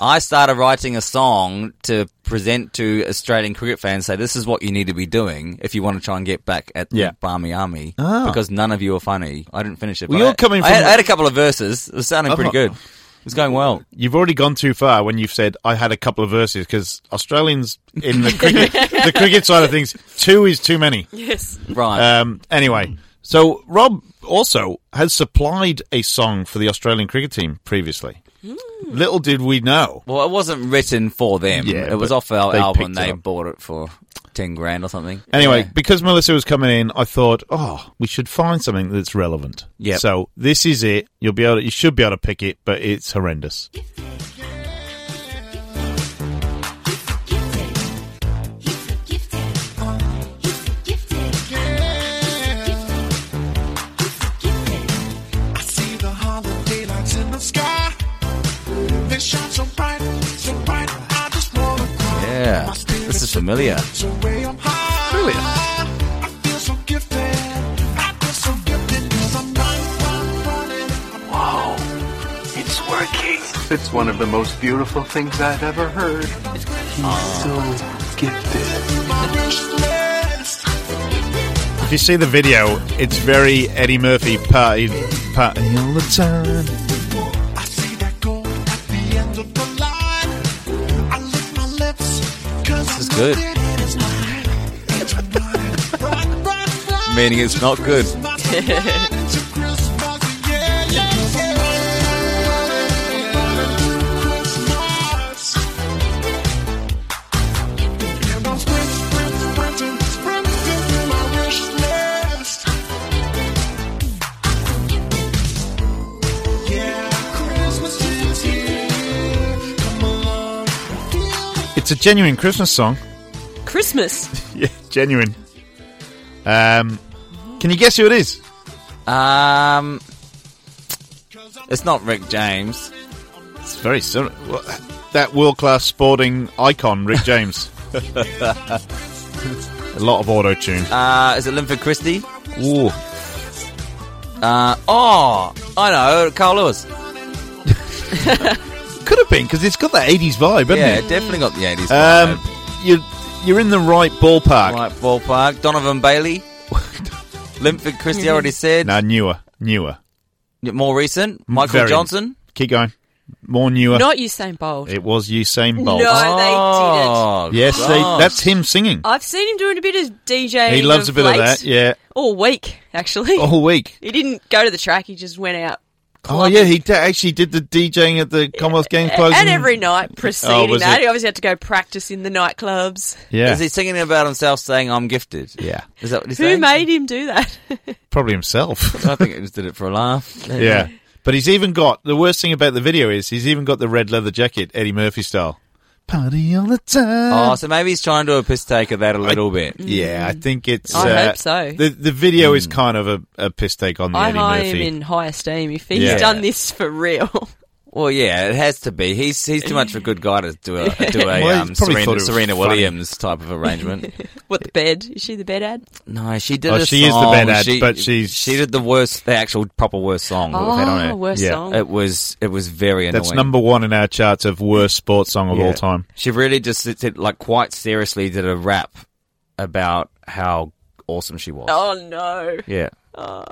I started writing a song to present to Australian cricket fans, say this is what you need to be doing if you want to try and get back at
Yeah.
the Barmy Army.
Ah.
Because none of you are funny. I didn't finish it.
Well,
but
you're
I-
coming
I had,
from-
I had a couple of verses. It was sounding pretty
Oh.
good. It was going well.
you've already gone too far when you've said I had a couple of verses because Australians in the cricket, the cricket side of things, two is too many.
Yes.
Right.
Um, anyway, so Rob also has supplied a song for the Australian cricket team previously. Little did we know.
well, it wasn't written for them.
Yeah,
it was
but
off our
they
album.
picked it
They
up.
bought it for 10 grand or something.
Anyway,
Yeah.
because Melissa was coming in, I thought, oh, we should find something that's relevant.
Yep.
So this is it. You'll be able, to, you should be able to pick it, but it's horrendous.
I see the holiday lights in the sky. They shine so bright, so bright. I just wanna cry.
Yeah. This is familiar.
So way I'm high. Really? I feel so gifted. I feel so gifted 'cause I'm running, running, running. I'm home. It's working.
It's one of the most beautiful things I've ever heard. He's so gifted.
My wish list.
If you see the video, it's very Eddie Murphy party, party all the time.
I see that gold at the end of the line. I lick my lips 'cause I
is
know
good.
that it is mine. It's mine. Run, run, run.
Meaning it's not good.
It's a genuine Christmas song.
Christmas.
Yeah, genuine. Um, can you guess who it is?
Um, it's not Rick James.
It's very similar. Well, That world class sporting icon, Rick James. a lot of auto tune.
Uh, is it Linford Christie?
Ooh.
Uh, oh, I know, Carl Lewis.
Could have been because it's got that 80s vibe, hasn't
yeah,
it?
definitely got the 80s.
Um,
vibe.
you you're in the right ballpark.
right ballpark. Donovan Bailey. Linford Christie already said.
Nah, newer, newer.
More recent. Michael
Very-
Johnson.
Keep going. More newer.
Not Usain Bolt.
it was Usain Bolt.
No. Oh, they did it.
Oh,
Yes, they,
gosh.
that's him singing.
I've seen him doing a bit of DJ.
He loves a bit
late.
of that. Yeah,
All week, actually.
all week.
He didn't go to the track. He just went out.
Oh yeah, he d- actually did the DJing at the Commonwealth Games closing.
And every night preceding
Oh, was
that,
it-
he obviously had to go practice in the nightclubs.
yeah,
Is he singing about himself saying, I'm gifted?
yeah,
Is that what he's
Who
saying?
made him do that?
probably himself.
I think he just did it for a laugh.
yeah, but he's even got the worst thing about the video is he's even got the red leather jacket, Eddie Murphy style. Party all the time.
Oh, so maybe he's trying to do a piss take of that a little bit.
Yeah, I think it's.
I
uh,
hope so.
The the video
Hmm.
is kind of a, a piss take on the
I
Eddie
hire
Murphy.
him in high esteem if he's
Yeah.
done this for real.
Well, yeah, it has to be. He's he's too much of a good guy to do a do a
Well, he's
um,
probably thought it was
Serena, Serena
funny.
Williams type of arrangement.
What the bed? Is she the bed ad?
no, she did.
Oh,
a
she is the
song.
bad ad,
She-
but she's-
she did the worst, the actual proper worst song. that we've had on
Oh,
it.
worst
Yeah.
song.
It was it was very annoying.
That's number one in our charts of worst sports song of
Yeah.
all time.
She really just did, did, like quite seriously did a rap about how awesome she was.
Oh no!
Yeah,
Oh,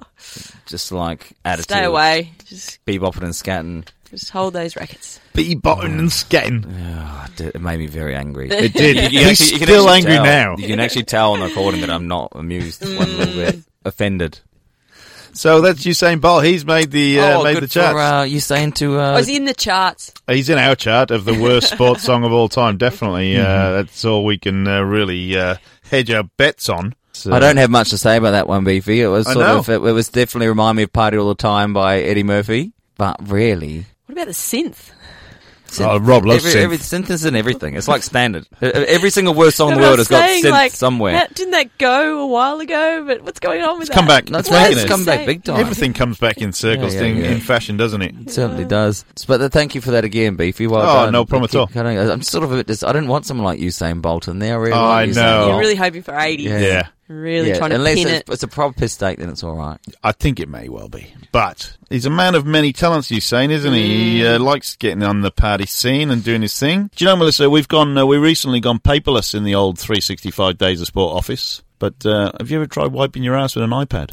Just like attitude.
stay away. Just
Bebopping and scatting.
just hold those rackets.
Bebopping and scatting.
Oh, d- it made me very angry.
It did.
You can
He's
you can
still angry
tell-
now.
You can actually tell on the recording that I'm not amused one little bit. Offended.
So that's Usain Bolt. He's made the uh,
oh,
made
good
the charts.
For, uh, you saying to uh,
I was in the charts.
He's in our chart of the worst sports song of all time. Definitely,
Mm-hmm.
uh, that's all we can uh, really uh, hedge our bets on. So-
I don't have much to say about that one, Beefy. It was
I
sort
know.
of it, it was definitely remind me of Party All the Time by Eddie Murphy, but really,
What about the synth?
Oh, Rob loves
every,
synth.
Every, synth is in everything. It's like standard. E- every single worst song in the
I'm
world
not
has got
saying,
synth
like,
somewhere.
that- didn't that go a while ago? But what's going on with
It's come
that?
back.
No, it's
It's making
it's
it.
come back big time.
Everything comes back in circles
Yeah, yeah,
in,
yeah.
in fashion, doesn't it?
It certainly does. But th- thank you for that again, Beefy. Well
Oh,
done.
no problem at
Keep
all.
cutting. I- I'm sort of a bit. Dis- I didn't want someone like Usain Bolt in there. I really.
Oh,
like
I
Usain
know.
Bolt.
You're really hoping for 80s.
Yeah.
Yeah.
Really
Yeah,
trying to
unless
pin
it's,
it.
it's a proper piss steak, then it's all right.
I think it may well be. But he's a man of many talents, Usain, isn't he? He uh, likes getting on the party scene and doing his thing. Do you know, Melissa, we've gone, uh, we recently gone paperless in the old 365 Days of Sport office. But uh, have you ever tried wiping your ass with an iPad?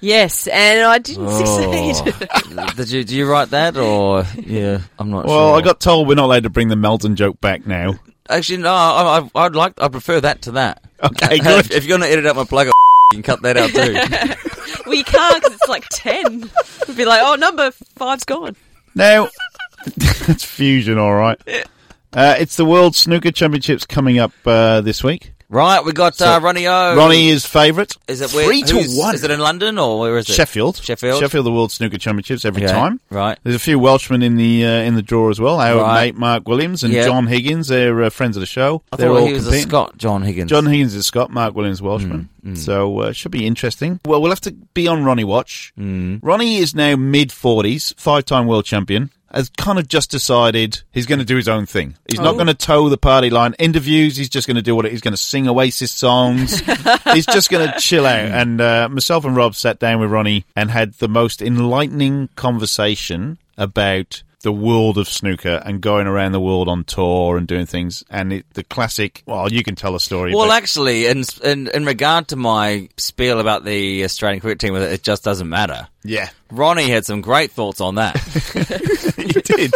Yes, and I didn't succeed.
Did you do you write that or yeah? I'm not sure.
well, I got told we're not allowed to bring the Melton joke back now.
actually no. I, I, I'd like I prefer that to that.
Okay,
if,
good.
if you're gonna edit out my plug, you can cut that out too.
we can't because it's like 10. We'd be like, oh, number five's gone.
Now, that's fusion, all right. Uh, it's the World Snooker Championships coming up uh, this week.
right, we got uh, Ronnie O.
Ronnie is favourite.
is it where,
Three to
who's-
one.
Is it in London or where is it?
Sheffield.
Sheffield.
Sheffield, the World Snooker Championships every
Okay,
time.
right.
There's a few Welshmen in the uh, in the draw as well. Our
Right.
mate Mark Williams and
Yeah.
John Higgins. They're uh, friends of the show.
I
they're
thought
all
he was a
competing.
Scot, Mm, John Higgins.
John Higgins is Scott, Mark Williams Welshman. So uh, should be interesting. Well, we'll have to be on Ronnie watch. Mm. Ronnie is now mid forties, five time world champion. Has kind of just decided he's going to do his own thing. He's
Oh.
not going to toe the party line. Interviews, he's just going to do what it, he's going to sing Oasis songs. he's just going to chill out.
Hmm.
And uh, myself and Rob sat down with Ronnie and had the most enlightening conversation about the world of snooker and going around the world on tour and doing things. And it, the classic, well, you can tell a story.
Well,
but-
actually, in, in in regard to my spiel about the Australian cricket team, it just doesn't matter.
yeah.
Ronnie had some great thoughts on that.
You did.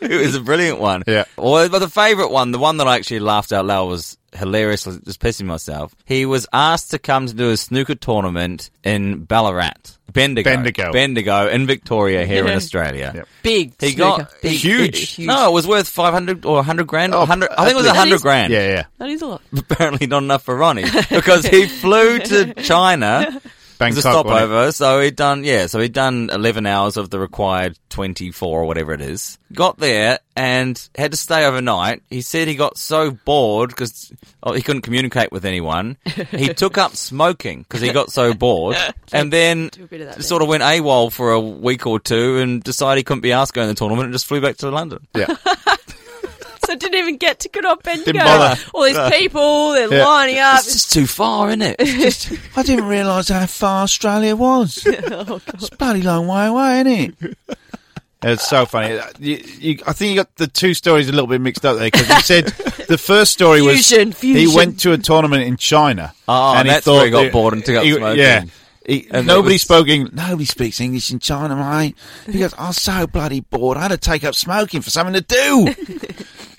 it was a brilliant one.
Yeah.
Well, but the favourite one, the one that I actually laughed out loud was hilarious, just pissing myself. He was asked to come to do a snooker tournament in Ballarat, Bendigo,
Bendigo.
Bendigo in Victoria here in
Yeah.
Australia.
Yep.
Big.
He
snooker.
got
Big.
he-
Huge.
he- no, it was worth five hundred or hundred grand. or
Oh,
100, I think it was
at
hundred
least-
grand.
yeah, yeah.
That is a lot.
Apparently not enough for Ronnie because he flew to China
Bangkok.
it's a
wasn't it?
stopover, so he'd done yeah, so he'd done eleven hours of the required twenty four or whatever it is. Got there and had to stay overnight. He said he got so bored because oh, he couldn't communicate with anyone. He took up smoking because he got so bored, and then
Do a bit of that
sort of went AWOL for a week or two and decided he couldn't be asked going to the tournament and just flew back to London.
Yeah.
So I didn't even get to good old Bendigo.
Didn't bother.
All these people, they're
Yeah.
lining up.
It's just too far, isn't it? It's just-
I didn't realise how far Australia was.
Oh,
It's a bloody long way away, isn't it? It's so funny. Uh, You, you, I think you got the two stories a little bit mixed up there because he said the first story was
Fusion,
he
fusion.
went to a tournament in China.
Oh, that's where he got bored and took up
he-
smoking.
Yeah. He,
And
nobody
it was-
spoke Eng- Nobody speaks English in China, mate. He goes, "I'm so bloody bored. I had to take up smoking for something to do."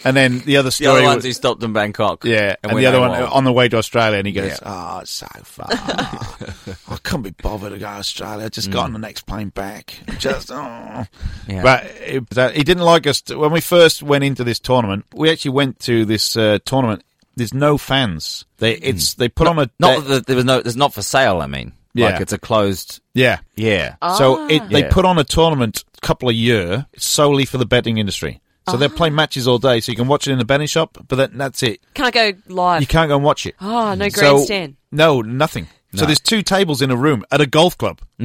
and then the other
the
story
other ones
was,
he stopped in Bangkok.
yeah, and, the
went
other one uh,
AWOL.
on the way to Australia, and he goes,
Yeah.
"Oh, it's so far. I couldn't be bothered to go to Australia. I just got on the next plane back. Just oh."
Mm. Yeah.
But it, that, he didn't like us to, when we first went into this tournament. We actually went to this uh, tournament. There's no fans. They it's they put on a
Mm. Not
they-
that there was no, there's not for sale. I mean,
Yeah.
like it's a closed.
yeah.
Yeah.
So it, they
Yeah.
put on a tournament couple of year solely for the betting industry. So they're playing matches all day, so you can watch it in the betting shop. But that, that's it.
Can't go
You
live.
can't go and watch it.
Ah. Oh, no
So-
grandstand.
no, nothing. So there's two tables in a room at a golf club.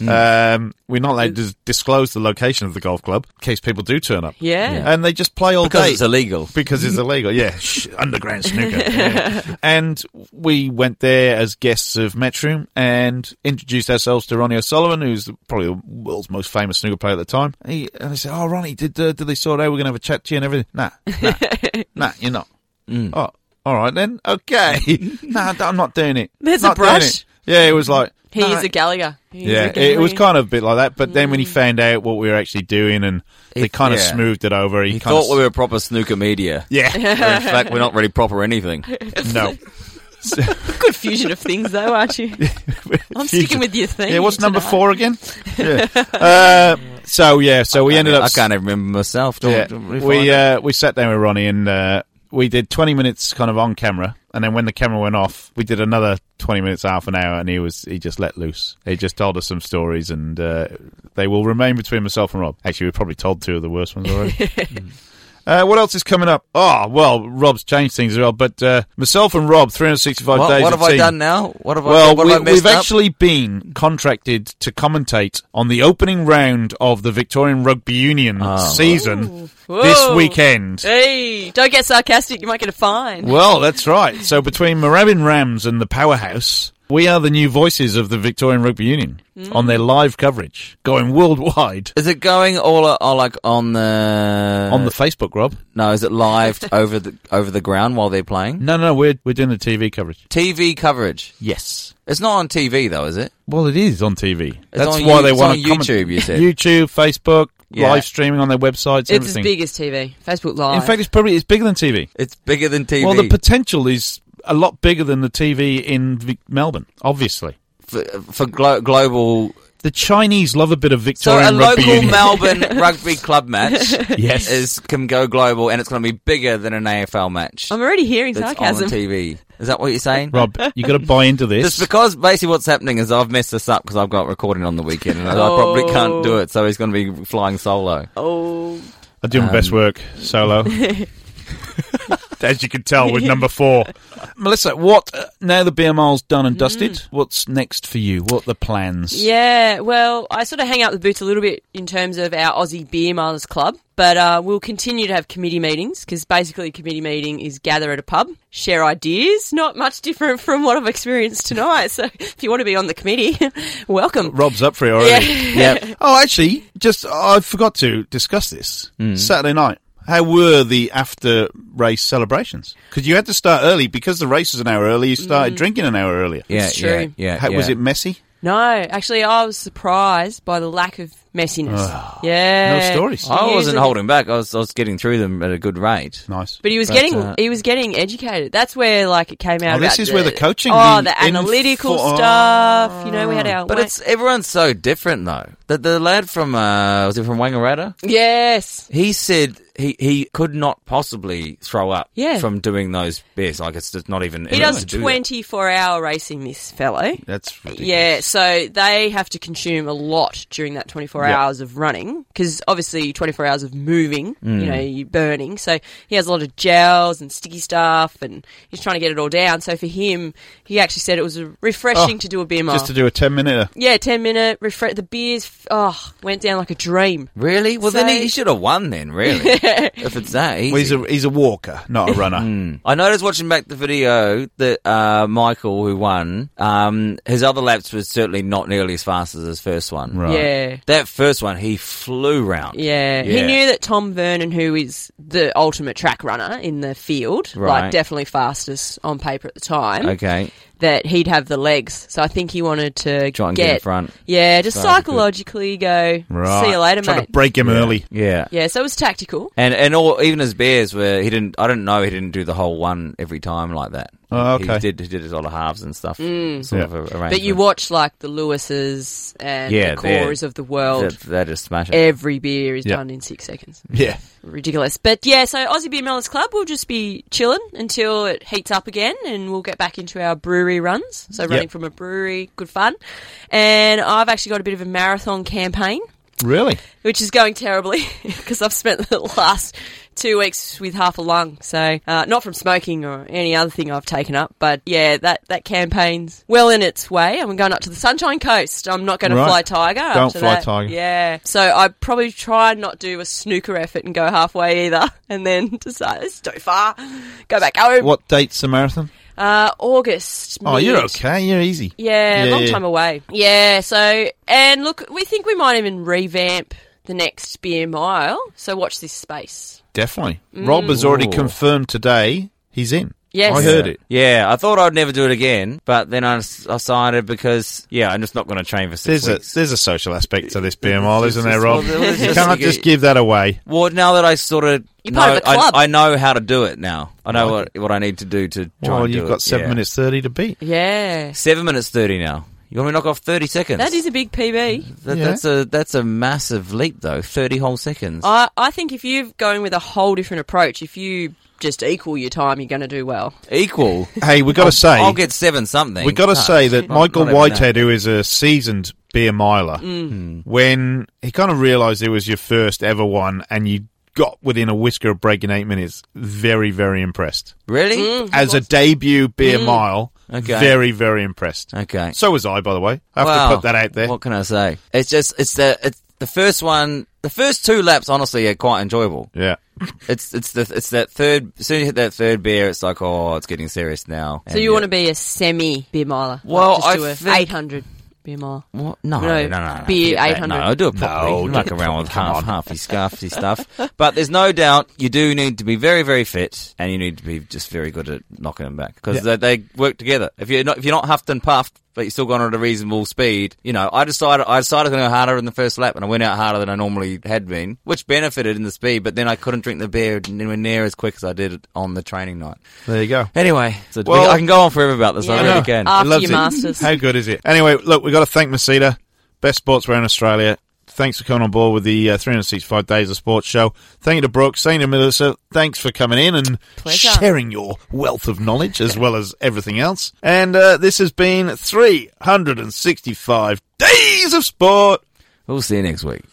um, we're not allowed to dis- disclose the location of the golf club in case people do turn up.
Yeah. Yeah.
And they just play all
Because
day.
it's illegal.
Because it's illegal, yeah. Shh, underground snooker. Yeah. And we went there as guests of Matchroom and introduced ourselves to Ronnie O'Sullivan, who's probably the world's most famous snooker player at the time. He, and I said, "Oh, Ronnie, did uh, did they sort out we're going to have a chat to you and everything?" Nah, nah, nah, you're
Mm.
not. Oh, all right then. Okay. no, I'm not doing it.
There's
not
a brush.
doing it. Yeah, it was like
He is a Gallagher. He is
yeah,
a Mm.
it was
Gallagher.
kind of a bit like that. But then when he found out what we were actually doing, and they kind of
yeah.
smoothed it over, he,
He
kind
thought we were proper snooker media.
Yeah.
Where in fact, we're not really proper anything.
of no.
Good fusion of things, though, aren't you? I'm sticking with your thing.
Yeah, what's number
tonight.
four again? Yeah. Uh, so yeah, so we ended up.
I can't even remember myself. Do-
yeah,
do we find
we uh, we sat down with Ronnie and uh, we did twenty minutes kind of on camera, and then when the camera went off, we did another twenty minutes, half an hour, and he was he just let loose. He just told us some stories, and uh, they will remain between myself and Rob. Actually, we probably told two of the worst ones already. Uh, what else is coming up? Oh, well, Rob's changed things as well, but uh, myself and Rob, 365
What-
days
what
of
have I
team.
done now? What have I-
well,
what have I
we,
messed
we've
up?
actually been contracted to commentate on the opening round of the Victorian Rugby Union
Ah,
season
Whoa.
this weekend.
Hey, don't get sarcastic. You might get a fine.
Well, that's right. So between Moorabbin Rams and the Powerhouse, we are the new voices of the Victorian Rugby Union
Mm.
on their live coverage, going worldwide
Is it going all, uh, all like on the
on the Facebook, Rob.
No, is it live over the over the ground while they're playing?
No, no, we're we're doing the TV coverage.
TV coverage.
Yes.
It's not on TV though, is it?
Well, it is on TV. That's
on
why
you-
they
it's
want
on
to comment-
YouTube, you said.
YouTube, Facebook,
Yeah.
live streaming on their websites,
it's as
everything.
big as TV. Facebook Live.
In fact, it's probably it's bigger than TV.
It's bigger than TV.
Well, the potential is a lot bigger than the TV in Vic- Melbourne, obviously.
for, for glo- global.
The Chinese love a bit of
So
Victorian
a
rugby.
local
union.
Melbourne rugby club match
Yes.
is can go global and it's going to be bigger than an AFL match.
I'm already hearing
that's
sarcasm.
on the TV. Is that what you're saying?
Rob, you got to buy into
Just
this.
because basically what's happening is I've messed this up because I've got recording on the weekend and I probably can't do it, so he's going to be flying solo.
oh,
I do my
Um,
best work solo. As you can tell with number four. Melissa, what, uh, now the BMR's done and dusted,
Mm.
what's next for you? What are the plans?
yeah. Well, I sort of hang out the boots a little bit in terms of our Aussie Beer Milers Club, but uh, we'll continue to have committee meetings because basically, a committee meeting is gather at a pub, share ideas. Not much different from what I've experienced tonight. So, if you want to be on the committee, welcome.
Rob's up for it already.
Yeah.
Oh, actually, just I forgot to discuss this Saturday night. How were the after race celebrations? Because you had to start early because the race was an hour early. You started
Mm.
drinking an hour earlier.
Yeah,
It's
yeah,
true.
yeah,
How, Was
yeah.
it messy?
No, actually, I was surprised by the lack of messiness. yeah,
No stories.
He
I wasn't
usually-
holding back. I was, I was getting through them at a good rate.
Nice.
But he was
But,
getting
uh,
he was getting educated. That's where like it came out.
Oh, this
about
is where the coaching,
Oh,
the
the, analytical
info-
stuff. You know, we had our.
But
wa-
it's everyone's so different though. The, the lad from uh, was it from Wangaratta?
yes,
He said he, he could not possibly throw up
Yeah.
from doing those beers. Like it's just not even.
he does
to do that.
twenty four hour racing. This fellow.
That's ridiculous.
Yeah, so they have to consume a lot during that 24
Yeah.
hours of running because obviously 24 hours of moving,
Mm.
you know, you're burning. So he has a lot of gels and sticky stuff and he's trying to get it all down. So for him, he actually said it was refreshing
Oh,
to do a beer mile.
Just to do a ten minute.
yeah, 10 minute, refresh. The beers, f- oh, went down like a dream.
Really? Well, then he,
So-
he should have won then. Really, if it's that easy.
Well, he's a he's a walker, not a runner.
I noticed watching back the video that uh, Michael, who won, um, his other laps was certainly not nearly as fast as his first one.
Right.
Yeah.
That first one, he flew round.
Yeah.
Yeah.
he knew that Tom Vernon, who is the ultimate track runner in the field,
Right.
like definitely fastest on paper at the time,
Okay.
that he'd have the legs. So I think he wanted to
Try and get
get,
in front.
Yeah, just
So good.
psychologically go.
Right.
See you later,
Trying
mate.
to break him early.
Yeah.
yeah, so it was tactical.
And and all even his bears were he didn't I don't know he didn't do the whole one every time like that.
Oh, okay.
He did he did his lot of halves and stuff. Sort
Yeah.
of a, arrangement.
Mm. But you watch like the Lewises and
Yeah,
the Coras
they're-
of the world.
that, that is smashing.
Every beer is
Yeah.
done in six seconds.
Yeah.
Ridiculous. But yeah, so Aussie Beer Millers Club, we'll just be chilling until it heats up again and we'll get back into our brewery runs. So running from a brewery, good fun. And I've actually got a bit of a marathon campaign
Really?
which is going terribly because I've spent the last two weeks with half a lung. So uh, not from smoking or any other thing I've taken up, but yeah, that that campaign's well in its way, and we're going up to the Sunshine Coast. I'm not going
Right.
to fly Tiger.
Don't
after
fly
that.
Tiger.
Yeah. So I probably try and not do a snooker effort and go halfway either, and then decide it's too far, go back home.
What date's the marathon?
Uh, August.
Oh, you're
mid.
okay. You're easy.
Yeah,
Yeah,
long
yeah.
time away. Yeah, so and look, we think we might even revamp the next beer mile. So watch this space.
Definitely. Rob has already
Ooh.
confirmed today he's in.
Yes.
I heard it.
Yeah, I thought I'd never do it again, but then I, s- I decided because yeah, I'm just not going to train for six
There's a,
weeks.
there's a social aspect to this BMR, isn't there, Rob?
Well, it's
You
just-
can't just give that away.
Well, now that I sort of
You're
know,
part of the club.
I, I know how to do it now. I know what, what I need to do to. Try
Oh, Well,
and do
you've got
it.
seven
yeah.
minutes thirty to beat.
Yeah.
Seven minutes thirty now. You want me to knock off thirty seconds?
That is a big PB.
That-
Yeah.
That's a that's a massive leap though. Thirty whole seconds.
I, I think if you're going with a whole different approach, if you just equal your time, you're going to do well.
Equal.
Hey, we got to say,
I'll get seven something.
we got to
No,
say that
not-
Michael
not even
Whitehead, who is a seasoned beer miler,
Mm.
Hmm. when he kind of realised it was your first ever one, and you got within a whisker of breaking eight minutes, very very impressed.
Really? Mm,
As a debut beer mile,
Okay.
very very impressed.
Okay.
So was I, by the way. I have
Wow.
to put that out there.
What can I say? It's just it's the it's the first one. The first two laps, honestly, are quite enjoyable.
Yeah.
It's it's the it's that third. As soon as you hit that third beer, it's like oh, it's getting serious now.
So you want to be a semi beer miler?
Well, I
like just do a
think-
800 beer mile.
What? No,
No,
no, no, no.
be
Forget that.
800.
No, I do it properly.
No,
No, like around with half, halfy, scarfy stuff. But there's no doubt you do need to be very, very fit, and you need to be just very good at knocking them back because
Yeah.
they, they work together. If you're not, if you're not huffed and puffed, but you're still going at a reasonable speed, you know. I decided I decided I was going to go harder in the first lap, and I went out harder than I normally had been, which benefited in the speed. But then I couldn't drink the beer anywhere near as quick as I did on the training night.
There you go.
Anyway, so
Well-
we- I can go on forever about this.
Yeah.
I Uh,
I
really
know.
can.
After
Loves
your
it.
masters.
How good is it? Anyway, look, we've got to thank Masita, best sportswear in Australia. Thanks for coming on board with the uh, 365 Days of Sports show. Thank you to Brooke, thank you to Melissa. Thanks for coming in and
Pleasure.
sharing your wealth of knowledge as well as everything else. And uh, this has been 365 Days of Sport.
We'll see you next week.